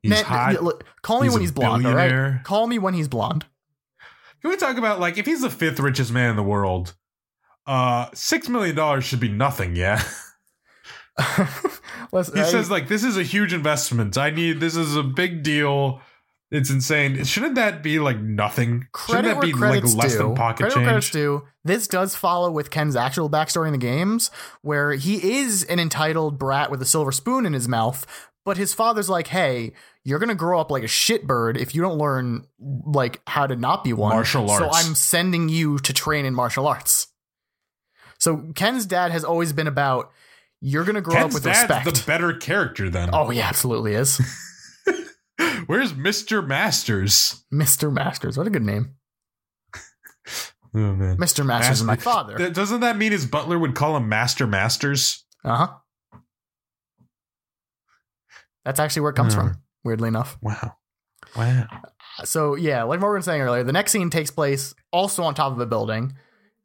Speaker 3: He's
Speaker 2: Man,
Speaker 3: hot.
Speaker 2: yeah, look, call me
Speaker 3: He's
Speaker 2: when
Speaker 3: a
Speaker 2: he's blonde. All right,
Speaker 3: billionaire.
Speaker 2: call me when he's blonde.
Speaker 3: Can we talk about like if he's the fifth richest man in the world? Uh, six million dollars should be nothing. Yeah,
Speaker 2: Listen,
Speaker 3: he
Speaker 2: I-
Speaker 3: says like this is a huge investment. I need this is a big deal. It's insane. Shouldn't that be like nothing?
Speaker 2: credit
Speaker 3: Shouldn't that
Speaker 2: where
Speaker 3: be like
Speaker 2: credits
Speaker 3: less
Speaker 2: due.
Speaker 3: than pocket
Speaker 2: credit where credits
Speaker 3: change?
Speaker 2: due. This does follow with Ken's actual backstory in the games, where he is an entitled brat with a silver spoon in his mouth. But his father's like, "Hey, you're gonna grow up like a shitbird if you don't learn like how to not be one."
Speaker 3: Martial
Speaker 2: So
Speaker 3: arts.
Speaker 2: I'm sending you to train in martial arts. So Ken's dad has always been about you're gonna grow up
Speaker 3: Ken's
Speaker 2: with
Speaker 3: dad's
Speaker 2: respect.
Speaker 3: the better character then.
Speaker 2: oh, he absolutely is,
Speaker 3: Where's Mister Masters?
Speaker 2: Mr. Masters. What a good name,
Speaker 3: Oh man,
Speaker 2: Mr. Masters is my
Speaker 3: Master-
Speaker 2: father.
Speaker 3: Th- doesn't that mean his butler would call him Master Masters?
Speaker 2: Uh huh. That's actually where it comes
Speaker 3: Hmm.
Speaker 2: from, weirdly enough.
Speaker 3: Wow, wow.
Speaker 2: So, yeah, like Morgan was saying earlier, the next scene takes place also on top of a building,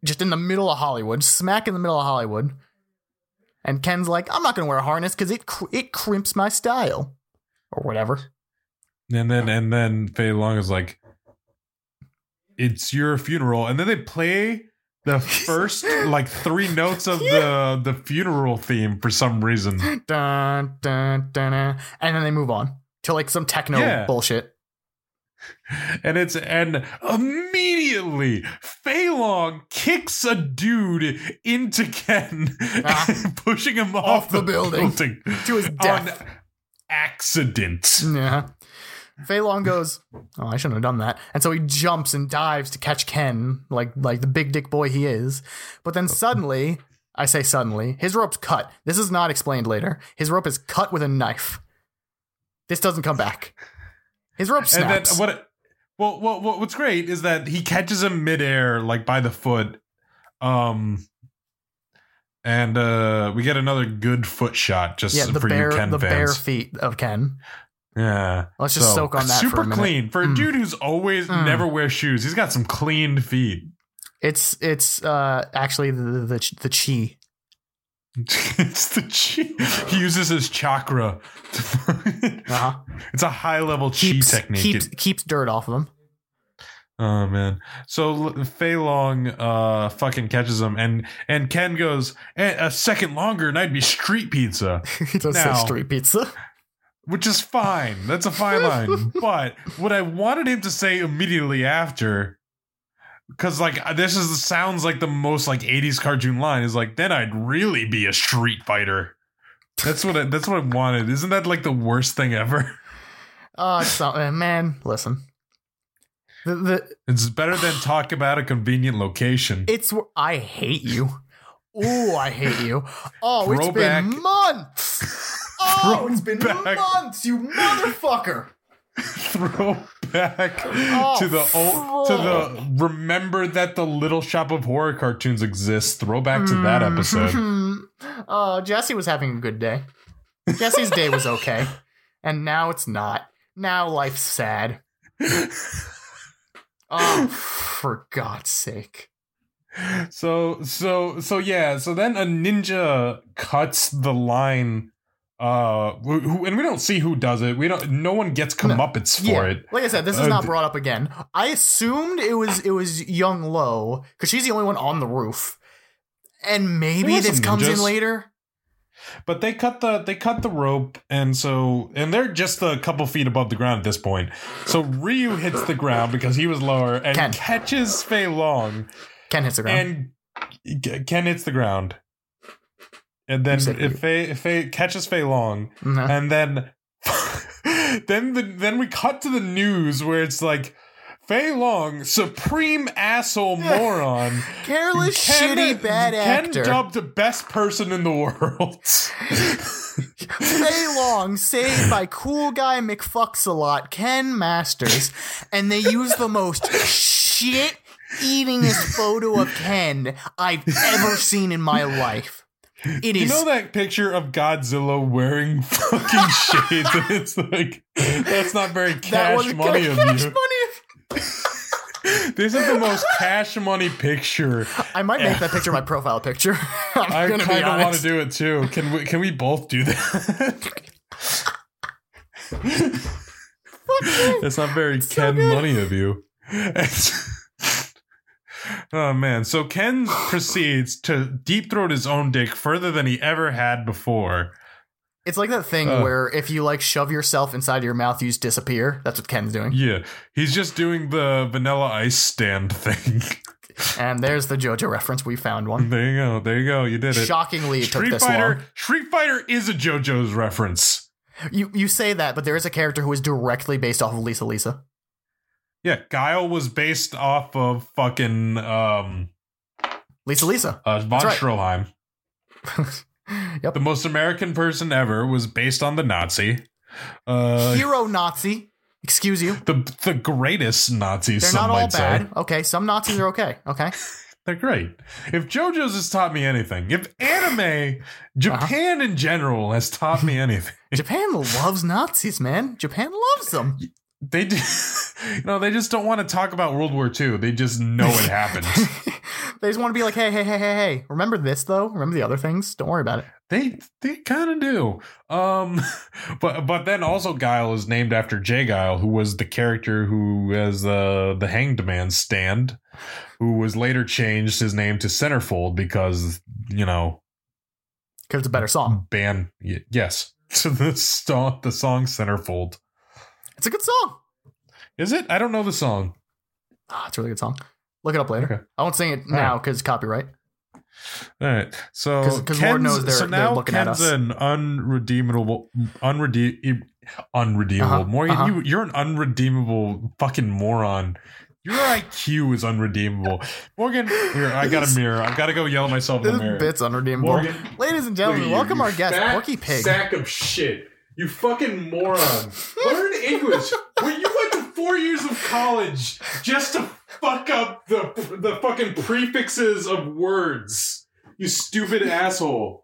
Speaker 2: just in the middle of Hollywood, smack in the middle of Hollywood. And Ken's like, I'm not going to wear a harness because it cr- it crimps my style, or whatever.
Speaker 3: And then and then Fei Long is like, "It's your funeral," and then they play the first like three notes of the the funeral theme for some reason.
Speaker 2: Dun, dun, dun, dun. And then they move on to like some techno
Speaker 3: Yeah.
Speaker 2: bullshit.
Speaker 3: And it's and immediately Fei Long kicks a dude into Ken,
Speaker 2: Ah.
Speaker 3: pushing him off,
Speaker 2: the building. To his death.
Speaker 3: on accident.
Speaker 2: Yeah. Fei Long goes, Oh, I shouldn't have done that. And so he jumps and dives to catch Ken, like like the big dick boy he is. But then suddenly, I say suddenly, his rope's cut. This is not explained later. His rope is cut with a knife. This doesn't come back. His rope
Speaker 3: And then
Speaker 2: snaps.
Speaker 3: what? It, well, what, what what's great is that he catches him midair, like by the foot, um, and uh, we get another good foot shot just
Speaker 2: yeah, the
Speaker 3: for
Speaker 2: bare
Speaker 3: you Ken
Speaker 2: the bare
Speaker 3: fans.
Speaker 2: feet of Ken.
Speaker 3: yeah,
Speaker 2: Let's just soak on that
Speaker 3: Super
Speaker 2: for a minute.
Speaker 3: clean for a
Speaker 2: Mm.
Speaker 3: dude who's always
Speaker 2: Mm.
Speaker 3: never wears shoes. He's got some clean feet.
Speaker 2: It's it's uh actually the the, the chi.
Speaker 3: it's the chi. He uses his chakra. to-
Speaker 2: Uh-huh.
Speaker 3: it's a high level chi
Speaker 2: Keeps
Speaker 3: technique.
Speaker 2: keeps
Speaker 3: It-
Speaker 2: keeps dirt off of him.
Speaker 3: Oh man! So L- Fei Long, uh, fucking catches him, and and Ken goes "Eh, a second longer, and I'd be street pizza,
Speaker 2: It does say
Speaker 3: Now-
Speaker 2: street pizza.
Speaker 3: which is fine. That's a fine line. But what I wanted him to say immediately after, because like uh, this is sounds like the most like '80s cartoon line is like, then I'd really be a street fighter. That's what I, that's what I wanted. Isn't that like the worst thing ever?
Speaker 2: Oh, it's not, uh, man, listen. The, the
Speaker 3: It's better than talk about a convenient location.
Speaker 2: it's I hate you. Oh, I hate you. Oh, it's
Speaker 3: Throwback.
Speaker 2: been months. Oh, it's been
Speaker 3: Throwback.
Speaker 2: months, you motherfucker.
Speaker 3: throw back
Speaker 2: Oh,
Speaker 3: to the old to the remember that the little shop of horror cartoons exists throw back to that
Speaker 2: Mm-hmm.
Speaker 3: episode
Speaker 2: Oh, Jesse was having a good day. Jesse's day was okay, and now it's not. Now life's sad. Oh, for God's sake.
Speaker 3: so so so yeah so then a ninja cuts the line uh who, who- and we don't see who does it we don't no one gets comeuppance for it
Speaker 2: Like I said, this is
Speaker 3: Uh,
Speaker 2: not
Speaker 3: d-
Speaker 2: brought up again. I assumed it was it was Young Lo because she's the only one on the roof, and maybe
Speaker 3: There were
Speaker 2: this
Speaker 3: some
Speaker 2: comes in
Speaker 3: ninjas.
Speaker 2: later.
Speaker 3: but they cut the they cut the rope and so and they're just a couple feet above the ground at this point so ryu hits the ground because he was lower and
Speaker 2: Ken.
Speaker 3: catches fei long
Speaker 2: Ken hits the ground.
Speaker 3: and G- Ken hits the ground, and then
Speaker 2: You said you.
Speaker 3: if Faye, Faye catches Faye Long,
Speaker 2: Mhm.
Speaker 3: and then then the, then we cut to the news where it's like Faye Long, supreme asshole moron,
Speaker 2: Careless,
Speaker 3: Ken-
Speaker 2: shitty, bad
Speaker 3: Ken
Speaker 2: actor.
Speaker 3: dubbed the best person in the world.
Speaker 2: Play long, saved by cool guy McFucks a lot, Ken Masters, and they use the most shit eatingest photo of Ken I've ever seen in my life. It is
Speaker 3: you know that picture of Godzilla wearing fucking shades, and it's like that's not very cash
Speaker 2: wasn't
Speaker 3: money
Speaker 2: good.
Speaker 3: of
Speaker 2: Cash
Speaker 3: you.
Speaker 2: money.
Speaker 3: This is the most cash money picture.
Speaker 2: I might make that picture my profile picture. I'm
Speaker 3: I
Speaker 2: gonna be
Speaker 3: kind of want
Speaker 2: honest.
Speaker 3: to do it too. Can we? Can we both do that? That's not very Ken money of you. oh man! So Ken proceeds to deep throat his own dick further than he ever had before.
Speaker 2: It's like that thing
Speaker 3: Uh.
Speaker 2: where if you like shove yourself inside your mouth, you just disappear. That's what Ken's doing.
Speaker 3: Yeah, he's just doing the Vanilla Ice stand thing.
Speaker 2: And there's the JoJo reference. We found one.
Speaker 3: there you go. There you go. You did it.
Speaker 2: Shockingly, it took
Speaker 3: Street
Speaker 2: this
Speaker 3: Fighter. Street Fighter is a JoJo's reference.
Speaker 2: long. You you say that, but there is a character who is directly based off of Lisa Lisa.
Speaker 3: Yeah, Guile was based off of fucking um
Speaker 2: Lisa Lisa.
Speaker 3: uh, von
Speaker 2: right.
Speaker 3: Stroheim.
Speaker 2: yep.
Speaker 3: The most American person ever was based on the Nazi. Uh,
Speaker 2: Hero Nazi. Excuse you.
Speaker 3: the the greatest Nazis.
Speaker 2: They're
Speaker 3: some
Speaker 2: not
Speaker 3: might
Speaker 2: all bad.
Speaker 3: say.
Speaker 2: Okay, some Nazis are okay. Okay.
Speaker 3: They're great. If JoJo's has taught me anything, if
Speaker 2: Uh-huh.
Speaker 3: anime, Japan in general has taught me anything,
Speaker 2: Japan loves Nazis, man. Japan loves them.
Speaker 3: they do. You know, they just don't want to talk about World War II. They just know it happened.
Speaker 2: They just want to be like, hey, hey, hey, hey, hey. Remember this though? Remember the other things? Don't worry about it.
Speaker 3: They they kind of do. Um, but but then also Guile is named after Jay Guile, who was the character who has uh, the Hanged Man stand, who was later changed his name to Centerfold because you know
Speaker 2: Because it's a better song.
Speaker 3: ban y- yes to the song the song Centerfold.
Speaker 2: It's a good song.
Speaker 3: Is it? I don't know the song.
Speaker 2: Ah, it's a really good song. Look it up later.
Speaker 3: Okay.
Speaker 2: I won't sing it now because copyright.
Speaker 3: All right. So
Speaker 2: 'Cause- 'cause Lord
Speaker 3: Ken's-
Speaker 2: knows they're-
Speaker 3: so now
Speaker 2: they're looking at
Speaker 3: Ken's
Speaker 2: us.
Speaker 3: an unredeemable, unrede, unredeemable.
Speaker 2: Uh-huh,
Speaker 3: Morgan,
Speaker 2: uh-huh.
Speaker 3: you you're an unredeemable fucking moron. Your IQ is unredeemable. Morgan, here, I got a mirror. I gotta go yell at myself in the
Speaker 2: This
Speaker 3: mirror.
Speaker 2: bit's unredeemable.
Speaker 3: Morgan.
Speaker 2: Ladies
Speaker 5: Look
Speaker 2: and
Speaker 5: at
Speaker 2: gentlemen,
Speaker 5: you,
Speaker 2: welcome
Speaker 5: you
Speaker 2: our guest,
Speaker 5: fat
Speaker 2: Porky Pig.
Speaker 5: Sack of shit. You fucking moron. Learn English. When you went to four years of college just to fuck up the the fucking prefixes of words. You stupid asshole.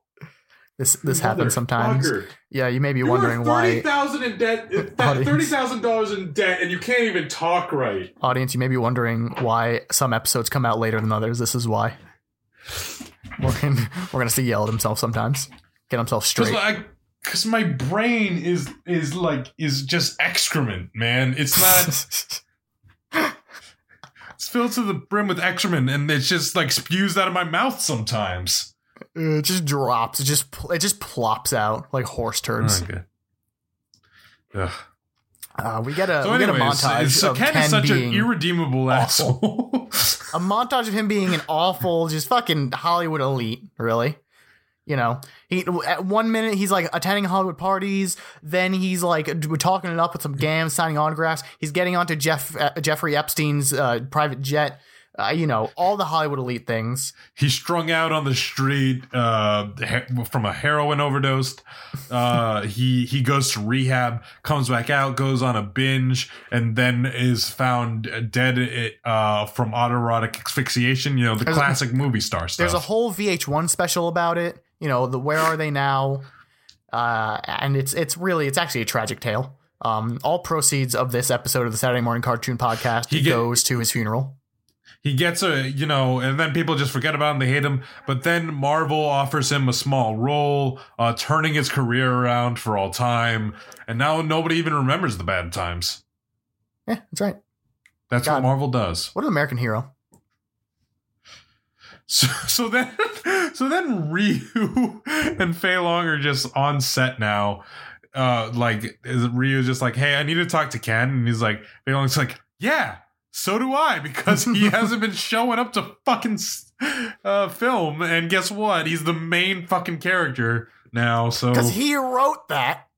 Speaker 2: This this happens sometimes.
Speaker 5: Motherfucker.
Speaker 2: Yeah, you may be
Speaker 5: You
Speaker 2: wondering
Speaker 5: are thirty
Speaker 2: why,
Speaker 5: thousand in debt.
Speaker 2: Audience.
Speaker 5: Thirty thousand dollars in debt, and you can't even talk right.
Speaker 2: audience. You may be wondering why some episodes come out later than others. This is why. Morgan, we're gonna see yell at himself sometimes. Get himself
Speaker 3: Because
Speaker 2: straight.
Speaker 3: I, because my brain is is like is just excrement, man. It's not. it's filled to the brim with excrement, and it's just like spews out of my mouth sometimes.
Speaker 2: it just drops. It just pl- it just plops out like horse turds.
Speaker 3: Okay. Ugh.
Speaker 2: Uh, we get a
Speaker 3: So
Speaker 2: we get a
Speaker 3: anyway,
Speaker 2: montage
Speaker 3: so
Speaker 2: of
Speaker 3: uh, Ken,
Speaker 2: Ken
Speaker 3: is such
Speaker 2: being
Speaker 3: an irredeemable asshole.
Speaker 2: a montage of him being an awful, just fucking Hollywood elite, really. You know, he at one minute he's like attending Hollywood parties, then he's like d- talking it up with some gams, signing autographs. He's getting onto Jeff uh, Jeffrey Epstein's uh, private jet. Uh, you know, all the Hollywood elite things.
Speaker 3: He's strung out on the street uh, he- from a heroin overdose. Uh, he he goes to rehab, comes back out, goes on a binge, and then is found dead uh, from autoerotic asphyxiation. You know the
Speaker 2: There's-
Speaker 3: classic movie star stuff.
Speaker 2: There's a whole VH1 special about it. You know, the Where Are They Now? Uh, and it's it's really it's actually a tragic tale. Um, all proceeds of this episode of the Saturday Morning Cartoon Podcast
Speaker 3: He get-
Speaker 2: goes to his funeral.
Speaker 3: he gets a you know and then people just forget about him they hate him but then marvel offers him a small role uh turning his career around for all time and now nobody even remembers the bad times
Speaker 2: Yeah, that's right.
Speaker 3: that's
Speaker 2: God.
Speaker 3: what marvel does
Speaker 2: What an American hero.
Speaker 3: so, so then so then ryu and fei long are just on set now uh like is ryu's just like hey i need to talk to ken and he's like fei long's like yeah so do I because he hasn't been showing up to fucking uh, film. And guess what? He's the main fucking character now. So
Speaker 2: Because he wrote that.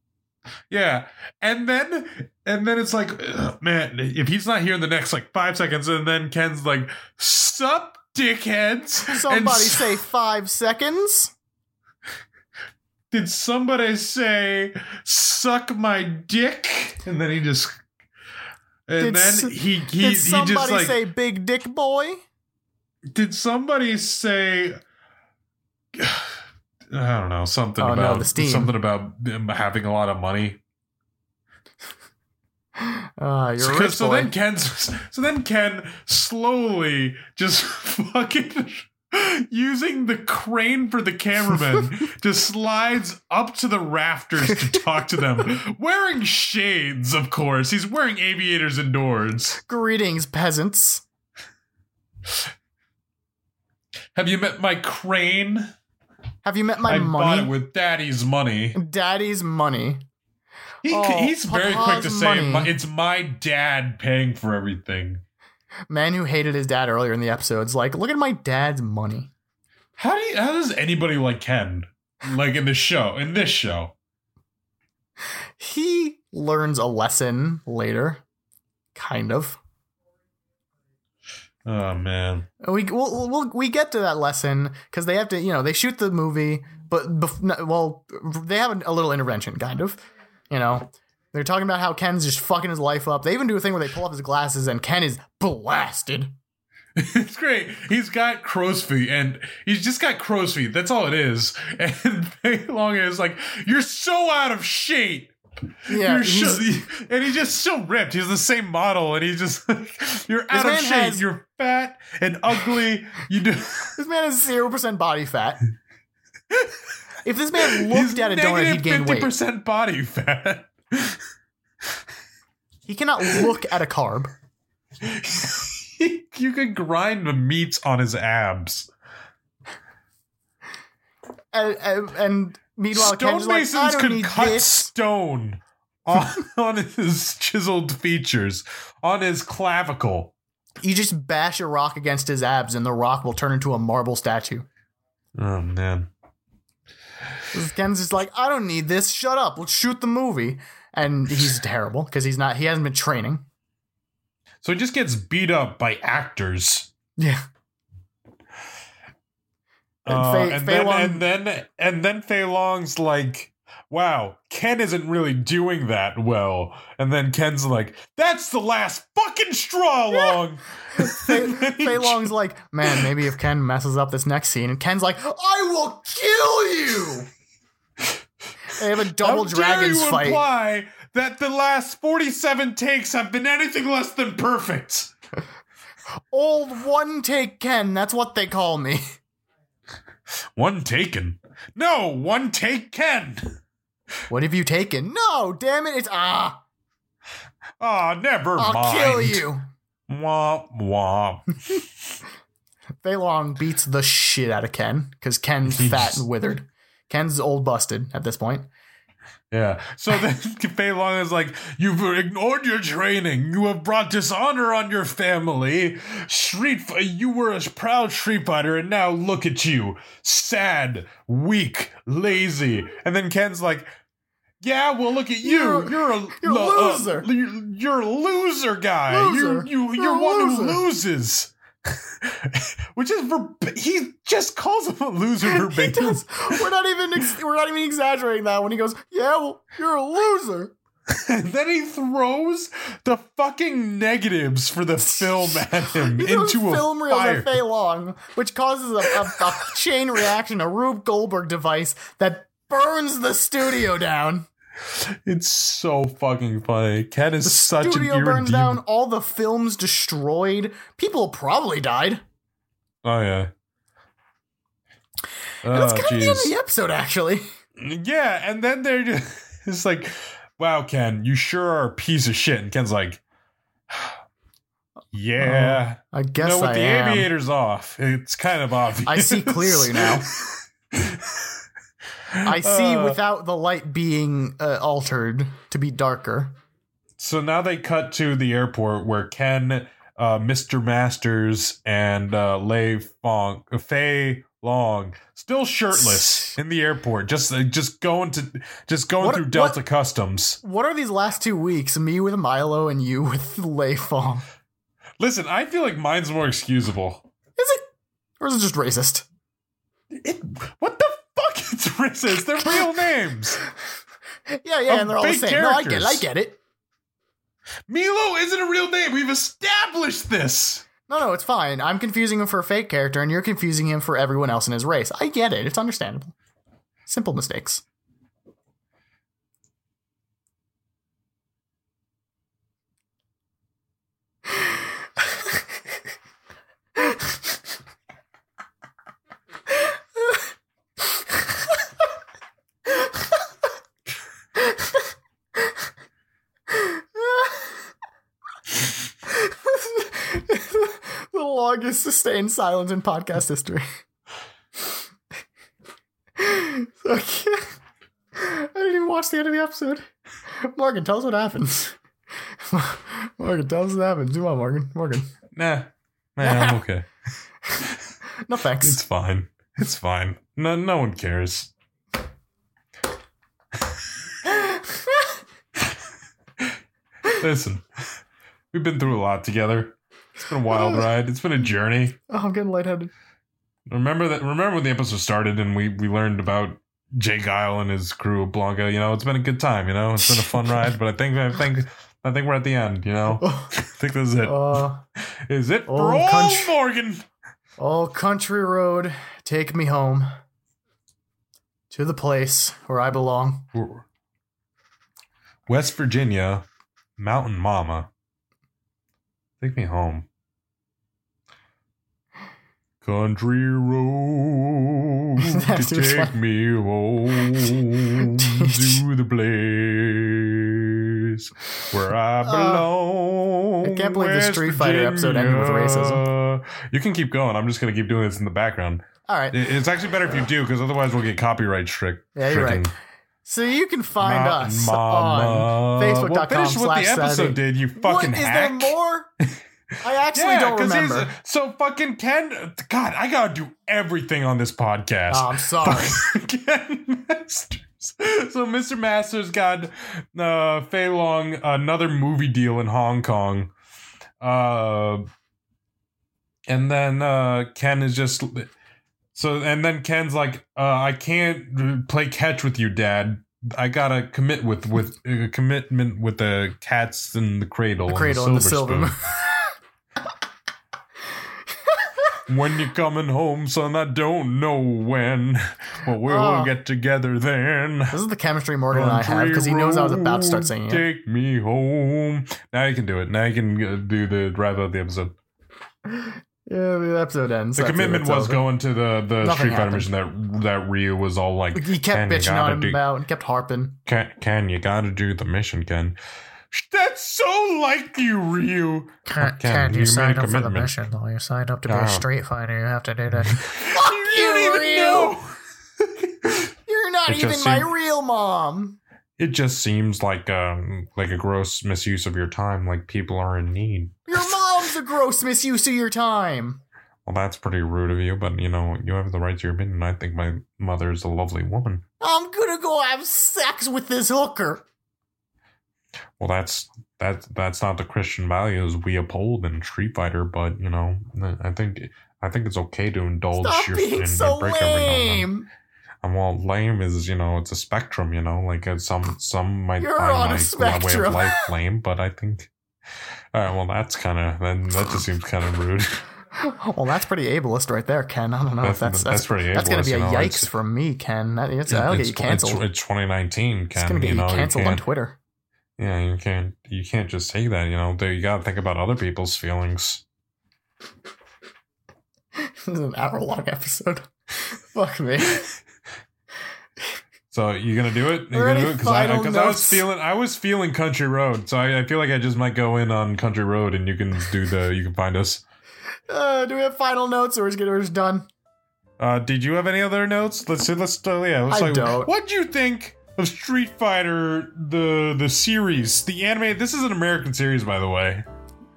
Speaker 3: yeah, and then and then it's like, ugh, man, if he's not here in the next like five seconds, and then Ken's like, sup, dickheads. And
Speaker 2: Somebody
Speaker 3: s-
Speaker 2: say five seconds.
Speaker 3: did somebody say suck my dick? And then he just.
Speaker 2: Did
Speaker 3: And
Speaker 2: s-
Speaker 3: then he he, he
Speaker 2: Did
Speaker 3: just
Speaker 2: somebody
Speaker 3: like
Speaker 2: say big dick boy?
Speaker 3: did somebody say I don't know something
Speaker 2: Oh, no,
Speaker 3: about
Speaker 2: the steam.
Speaker 3: something about them having a lot of money.
Speaker 2: Uh, you're a
Speaker 3: So,
Speaker 2: rich
Speaker 3: so
Speaker 2: boy.
Speaker 3: then Ken, so then Ken slowly just fucking using the crane for the cameraman just slides up to the rafters to talk to them, wearing shades. Of course, he's wearing aviators indoors.
Speaker 2: Greetings, peasants.
Speaker 3: Have you met my crane?
Speaker 2: Have you met my
Speaker 3: I bought it
Speaker 2: money?
Speaker 3: with daddy's money.
Speaker 2: Daddy's money.
Speaker 3: He,
Speaker 2: Oh,
Speaker 3: he's very quick to
Speaker 2: Papa's
Speaker 3: say
Speaker 2: money.
Speaker 3: "My- it's my dad paying for everything.
Speaker 2: Man who hated his dad earlier in the episode's like, look at my dad's money.
Speaker 3: How do you, how does anybody like Ken like in the show in this show?
Speaker 2: He learns a lesson later. Kind of.
Speaker 3: Oh man,
Speaker 2: We we'll, we'll, we get to that lesson because they have to, you know, they shoot the movie, but bef- no, well, they have a little intervention, kind of. You know, they're talking about how Ken's just fucking his life up. They even do a thing where they pull up his glasses and Ken is blasted.
Speaker 3: it's great. He's got crow's feet and he's just got crow's feet. That's all it is. And Pei Long is like, you're so out of shape.
Speaker 2: Yeah,
Speaker 3: you're
Speaker 2: he's-
Speaker 3: sh- and he's just so ripped. He's the same model, and he's just you're out of
Speaker 2: man
Speaker 3: shape.
Speaker 2: has-
Speaker 3: you're fat and ugly. You do.
Speaker 2: This man has zero percent body fat. if this man looked
Speaker 3: he's
Speaker 2: at a donut, he'd gain
Speaker 3: fifty
Speaker 2: weight.
Speaker 3: percent body fat.
Speaker 2: He cannot look at a carb.
Speaker 3: you could grind the meats on his abs.
Speaker 2: And, and, and meanwhile, Ken's like,
Speaker 3: Stonemasons
Speaker 2: I don't
Speaker 3: could
Speaker 2: need
Speaker 3: cut
Speaker 2: this.
Speaker 3: stone on, on his chiseled features, on his clavicle.
Speaker 2: You just bash a rock against his abs, and the rock will turn into a marble statue.
Speaker 3: Oh man.
Speaker 2: Ken's just like, I don't need this. Shut up. Let's shoot the movie. And he's terrible because he's not. He hasn't been training.
Speaker 3: So he just gets beat up by actors.
Speaker 2: Yeah. And
Speaker 3: Uh,
Speaker 2: Fei-
Speaker 3: and,
Speaker 2: Fei
Speaker 3: then,
Speaker 2: Long-
Speaker 3: and then and then Fei Long's like, wow, Ken isn't really doing that well. And then Ken's like, that's the last fucking straw, Long. And then he
Speaker 2: Fei Long's like, man, maybe if Ken messes up this next scene, and Ken's like, I will kill you. They have a double
Speaker 3: How
Speaker 2: dragons
Speaker 3: dare you
Speaker 2: fight.
Speaker 3: imply that the last 47 takes have been anything less than perfect?
Speaker 2: Old one take Ken. That's what they call me.
Speaker 3: One taken. No, one take Ken.
Speaker 2: What have you taken? No, damn it. It's ah.
Speaker 3: Ah, never
Speaker 2: I'll
Speaker 3: mind.
Speaker 2: kill you.
Speaker 3: Womp womp.
Speaker 2: Fei Long beats the shit out of Ken because Ken's
Speaker 3: He
Speaker 2: fat
Speaker 3: just-
Speaker 2: and withered. Ken's old busted at this point.
Speaker 3: Yeah. So then Fei Long is like, You've ignored your training. You have brought dishonor on your family. Street fi- you were a proud street fighter, and now look at you. Sad, weak, lazy. And then Ken's like, yeah, well, look at you.
Speaker 2: You're-
Speaker 3: You're, a,
Speaker 2: you're a
Speaker 3: lo- uh,
Speaker 2: loser.
Speaker 3: you're- you're a loser guy.
Speaker 2: Loser.
Speaker 3: You, you,
Speaker 2: You're
Speaker 3: you're,
Speaker 2: a
Speaker 3: one
Speaker 2: loser.
Speaker 3: who loses. Which is verb- he just calls him a loser
Speaker 2: He
Speaker 3: verbatim.
Speaker 2: does. We're not even ex- we're not even exaggerating that when he goes, "Yeah, well, you're a loser."
Speaker 3: And then he throws the fucking negatives for the film at him
Speaker 2: He throws
Speaker 3: into a
Speaker 2: film reels
Speaker 3: fire.
Speaker 2: at Fei Long, which causes a, a, a chain reaction, a Rube Goldberg device that burns the studio down.
Speaker 3: It's so fucking funny. Ken is such an
Speaker 2: studio burns
Speaker 3: irredeemable.
Speaker 2: down. All the films destroyed. People probably died.
Speaker 3: Oh yeah.
Speaker 2: And that's
Speaker 3: Oh,
Speaker 2: kind of the end
Speaker 3: jeez.
Speaker 2: of the episode, actually.
Speaker 3: Yeah, and then they're just it's like, wow, Ken, you sure are a piece of shit. And Ken's like, yeah.
Speaker 2: I
Speaker 3: You
Speaker 2: guess
Speaker 3: know, with
Speaker 2: Uh-huh. I
Speaker 3: the
Speaker 2: am.
Speaker 3: aviators off, it's kind of obvious.
Speaker 2: I see clearly now. I see
Speaker 3: Uh.
Speaker 2: without the light being uh, altered to be darker.
Speaker 3: So now they cut to the airport where Ken, uh, Mr. Masters, and uh, Lei Fong, uh, Fei Long, still shirtless in the airport, just uh, just going to just going
Speaker 2: What-
Speaker 3: through
Speaker 2: what-
Speaker 3: Delta Customs.
Speaker 2: What are these last two weeks? Me with Milo and you with Lei Fong.
Speaker 3: Listen, I feel like mine's more excusable.
Speaker 2: Is it or is it just racist?
Speaker 3: What the fuck? It's racist. They're real names.
Speaker 2: Yeah, yeah,
Speaker 3: Of
Speaker 2: and they're all the
Speaker 3: Oh, big
Speaker 2: same. No, I get,
Speaker 3: characters.
Speaker 2: I get it.
Speaker 3: Milo isn't a real name. We've established this.
Speaker 2: No, no, it's fine. I'm confusing him for a fake character, and you're confusing him for everyone else in his race. I get it. It's understandable. Simple mistakes. the longest sustained silence in podcast history. so, I didn't even watch the end of the episode. Morgan, tell us what happens. Morgan, tell us what happens. Come on, Morgan. Morgan.
Speaker 3: Nah, nah, I'm okay.
Speaker 2: No thanks.
Speaker 3: It's fine. It's fine. No, no one cares. Listen, we've been through a lot together. It's been a wild ride. It's been a journey.
Speaker 2: Oh, I'm getting lightheaded.
Speaker 3: Remember that. Remember when the episode started and we we learned about Jake Isle and his crew of Blanca. You know, it's been a good time. You know, it's been a fun ride. But I think I think I think we're at the end. You know,
Speaker 2: Oh,
Speaker 3: I think this is it.
Speaker 2: uh,
Speaker 3: Is it
Speaker 2: Oh,
Speaker 3: for all
Speaker 2: country-
Speaker 3: Morgan?
Speaker 2: oh, country road, take me home to the place where I belong.
Speaker 3: Where, West Virginia, Mountain Mama. Take me home. Country road
Speaker 2: That's
Speaker 3: to
Speaker 2: too
Speaker 3: take
Speaker 2: funny.
Speaker 3: me home to the place where I belong.
Speaker 2: I can't believe this Street Fighter episode ended with racism.
Speaker 3: Virginia. You can keep going. I'm just gonna keep doing this in the background.
Speaker 2: All right.
Speaker 3: It- It's actually better if you do, because otherwise we'll get copyright strict.
Speaker 2: Yeah, you're right. So you can find us on Facebook.com
Speaker 3: Well, finish what
Speaker 2: slash
Speaker 3: the episode
Speaker 2: Saturday.
Speaker 3: did, you
Speaker 2: What
Speaker 3: fucking
Speaker 2: is
Speaker 3: hack.
Speaker 2: there more? I actually
Speaker 3: yeah,
Speaker 2: don't
Speaker 3: 'cause he's-
Speaker 2: remember.
Speaker 3: So fucking Ken, God, I gotta do everything on this podcast.
Speaker 2: Oh, I'm sorry.
Speaker 3: Ken Masters. So Mr. Masters got uh, Fei Long another movie deal in Hong Kong, uh, and then uh, Ken is just so, and then Ken's like, uh, "I can't play catch with you, Dad. I gotta commit with with a commitment with the cats in the cradle,
Speaker 2: the cradle and the silver
Speaker 3: spoon."
Speaker 2: moon.
Speaker 3: When you're coming home, son, I don't know when, but we'll
Speaker 2: Oh.
Speaker 3: get together then.
Speaker 2: This is the chemistry Morgan and I have because he
Speaker 3: Country
Speaker 2: knows I was about to start
Speaker 3: road,
Speaker 2: singing it.
Speaker 3: Take me home. Now you can do it. Now you can uh, do the wrap up the episode.
Speaker 2: Yeah, the episode ends.
Speaker 3: The
Speaker 2: That's it,
Speaker 3: commitment
Speaker 2: it's
Speaker 3: was
Speaker 2: over.
Speaker 3: going to the the
Speaker 2: Nothing
Speaker 3: Street Fighter
Speaker 2: happened.
Speaker 3: mission that that Ryu was all like,
Speaker 2: He kept
Speaker 3: Ken, you
Speaker 2: bitching
Speaker 3: gotta
Speaker 2: on him
Speaker 3: do-
Speaker 2: about and kept harping.
Speaker 3: Ken, Ken, you gotta do the mission, Ken. That's so like you, Ryu.
Speaker 6: Ken,
Speaker 3: Ken,
Speaker 6: Ken, you,
Speaker 3: you
Speaker 6: signed
Speaker 3: made
Speaker 6: up for the
Speaker 3: commitment.
Speaker 6: mission, though. You signed up to be
Speaker 3: Oh.
Speaker 6: a street fighter. You have to do that.
Speaker 2: Fuck you,
Speaker 3: don't even
Speaker 2: Ryu!
Speaker 3: know.
Speaker 2: You're not
Speaker 3: It just
Speaker 2: even my
Speaker 3: seemed-
Speaker 2: real mom.
Speaker 3: It just seems like um like a gross misuse of your time. Like people are in need.
Speaker 2: Your mom's a gross misuse of your time.
Speaker 3: Well, that's pretty rude of you, but you know you have the right to your opinion. I think my mother is a lovely woman.
Speaker 2: I'm gonna go have sex with this hooker.
Speaker 3: well that's that's that's not the christian values we uphold in street fighter but you know i think i think it's okay to indulge
Speaker 2: Stop
Speaker 3: your
Speaker 2: being
Speaker 3: and
Speaker 2: so
Speaker 3: break every now and then.
Speaker 2: lame.
Speaker 3: and well lame is you know it's a spectrum you know like uh, some some might
Speaker 2: You're on a
Speaker 3: find my way
Speaker 2: spectrum.
Speaker 3: of life lame but i think all right well that's kind of then that just seems kind of rude
Speaker 2: Well, that's pretty ableist right there, Ken. I don't know
Speaker 3: that's,
Speaker 2: if Oh, that's that's,
Speaker 3: pretty
Speaker 2: that's gonna be
Speaker 3: ableist,
Speaker 2: a
Speaker 3: you know,
Speaker 2: yikes
Speaker 3: it's-
Speaker 2: from me, Ken. That, it's, that'll get
Speaker 3: it's-
Speaker 2: you
Speaker 3: it's-
Speaker 2: canceled.
Speaker 3: it's, 2019
Speaker 2: It's
Speaker 3: Ken,
Speaker 2: gonna get you
Speaker 3: know,
Speaker 2: canceled on
Speaker 3: can't-
Speaker 2: Twitter.
Speaker 3: yeah you can't you can't just say that you know you gotta think about other people's feelings
Speaker 2: this is an hour long episode. Fuck me.
Speaker 3: So you gonna do it? You
Speaker 2: Are
Speaker 3: gonna
Speaker 2: any
Speaker 3: do it? Because I, I-
Speaker 2: final
Speaker 3: 'cause I was
Speaker 2: notes?
Speaker 3: feeling I was feeling Country Road, so I, I feel like I just might go in on Country Road, and you can do the you can find us.
Speaker 2: Uh, do we have final notes or is it we're just done?
Speaker 3: Uh, did you have any other notes? Let's see. Let's uh, yeah. Let's
Speaker 2: I
Speaker 3: like,
Speaker 2: don't.
Speaker 3: What do you think of Street Fighter the the series, the anime? This is an American series, by the way.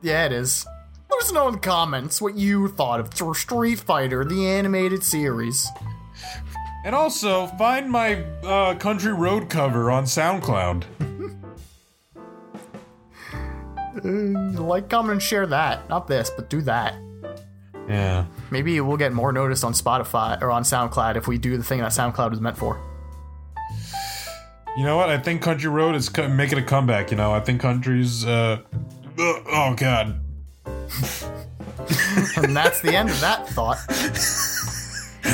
Speaker 2: Yeah, it is. Let us know in the comments what you thought of Tr- Street Fighter, the animated series.
Speaker 3: And also find my uh, Country Road cover on SoundCloud.
Speaker 2: Uh, like, comment, and share that. Not this, but do that.
Speaker 3: Yeah.
Speaker 2: Maybe we'll get more noticed on Spotify or on SoundCloud if we do the thing that SoundCloud is meant for.
Speaker 3: You know what? I think Country Road is co- making a comeback. You know, I think Country's. Uh, ugh, oh God.
Speaker 2: And that's the end of that thought.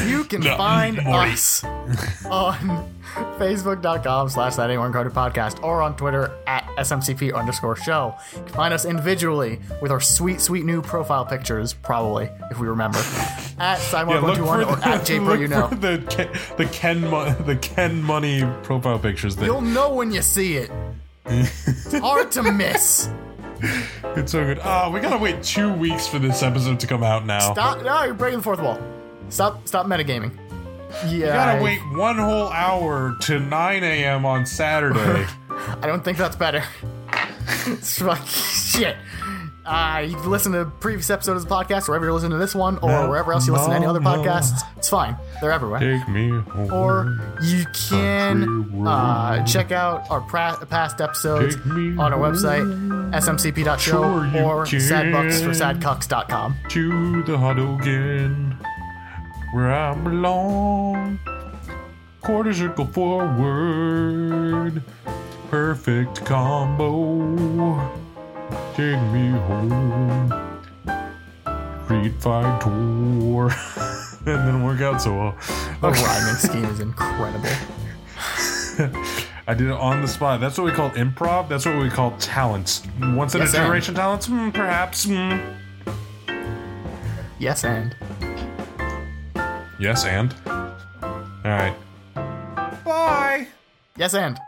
Speaker 2: You can
Speaker 3: No,
Speaker 2: find
Speaker 3: Morty.
Speaker 2: us on facebook.com slash that anyone carded podcast or on Twitter at SMCP underscore show. You can find us individually with our sweet, sweet new profile pictures, probably, if we remember, at Sidewalk121 or at JPro,
Speaker 3: look
Speaker 2: you know.
Speaker 3: for the Ken, the Ken Mo- the Ken Money profile pictures. That
Speaker 2: You'll know when you see it. It's hard to miss.
Speaker 3: it's so good. Ah, we gotta wait two weeks for this episode to come out now.
Speaker 2: Stop. No, you're breaking the fourth wall. Stop, stop metagaming. Yeah.
Speaker 3: We gotta
Speaker 2: I-
Speaker 3: wait one whole hour to 9 a.m. on Saturday.
Speaker 2: I don't think that's better. it's fucking shit. Uh, you can listen to previous episodes of the podcast, wherever you're listening to this one, or
Speaker 3: No,
Speaker 2: wherever else you listen to any other
Speaker 3: no,
Speaker 2: podcasts. It's fine. They're everywhere.
Speaker 3: Take me home.
Speaker 2: Or you
Speaker 3: Country
Speaker 2: can
Speaker 3: road.
Speaker 2: uh, check out our pra- past episodes
Speaker 3: Take me
Speaker 2: on our website, smcp.show,
Speaker 3: Sure you
Speaker 2: or
Speaker 3: can.
Speaker 2: sadbucksforsadcucks.com.
Speaker 3: to the huddle again, where I belong. Quarter circle forward, perfect combo. Take me home, Street Fight Tour, and then work out so well.
Speaker 2: The rhyming scheme is incredible.
Speaker 3: I did it on the spot. That's what we call improv. That's what we call talents. Once in
Speaker 2: Yes,
Speaker 3: a
Speaker 2: and.
Speaker 3: generation talents, mm, perhaps. mm.
Speaker 2: Yes, and.
Speaker 3: Yes, and. All right. Bye.
Speaker 2: Yes, and.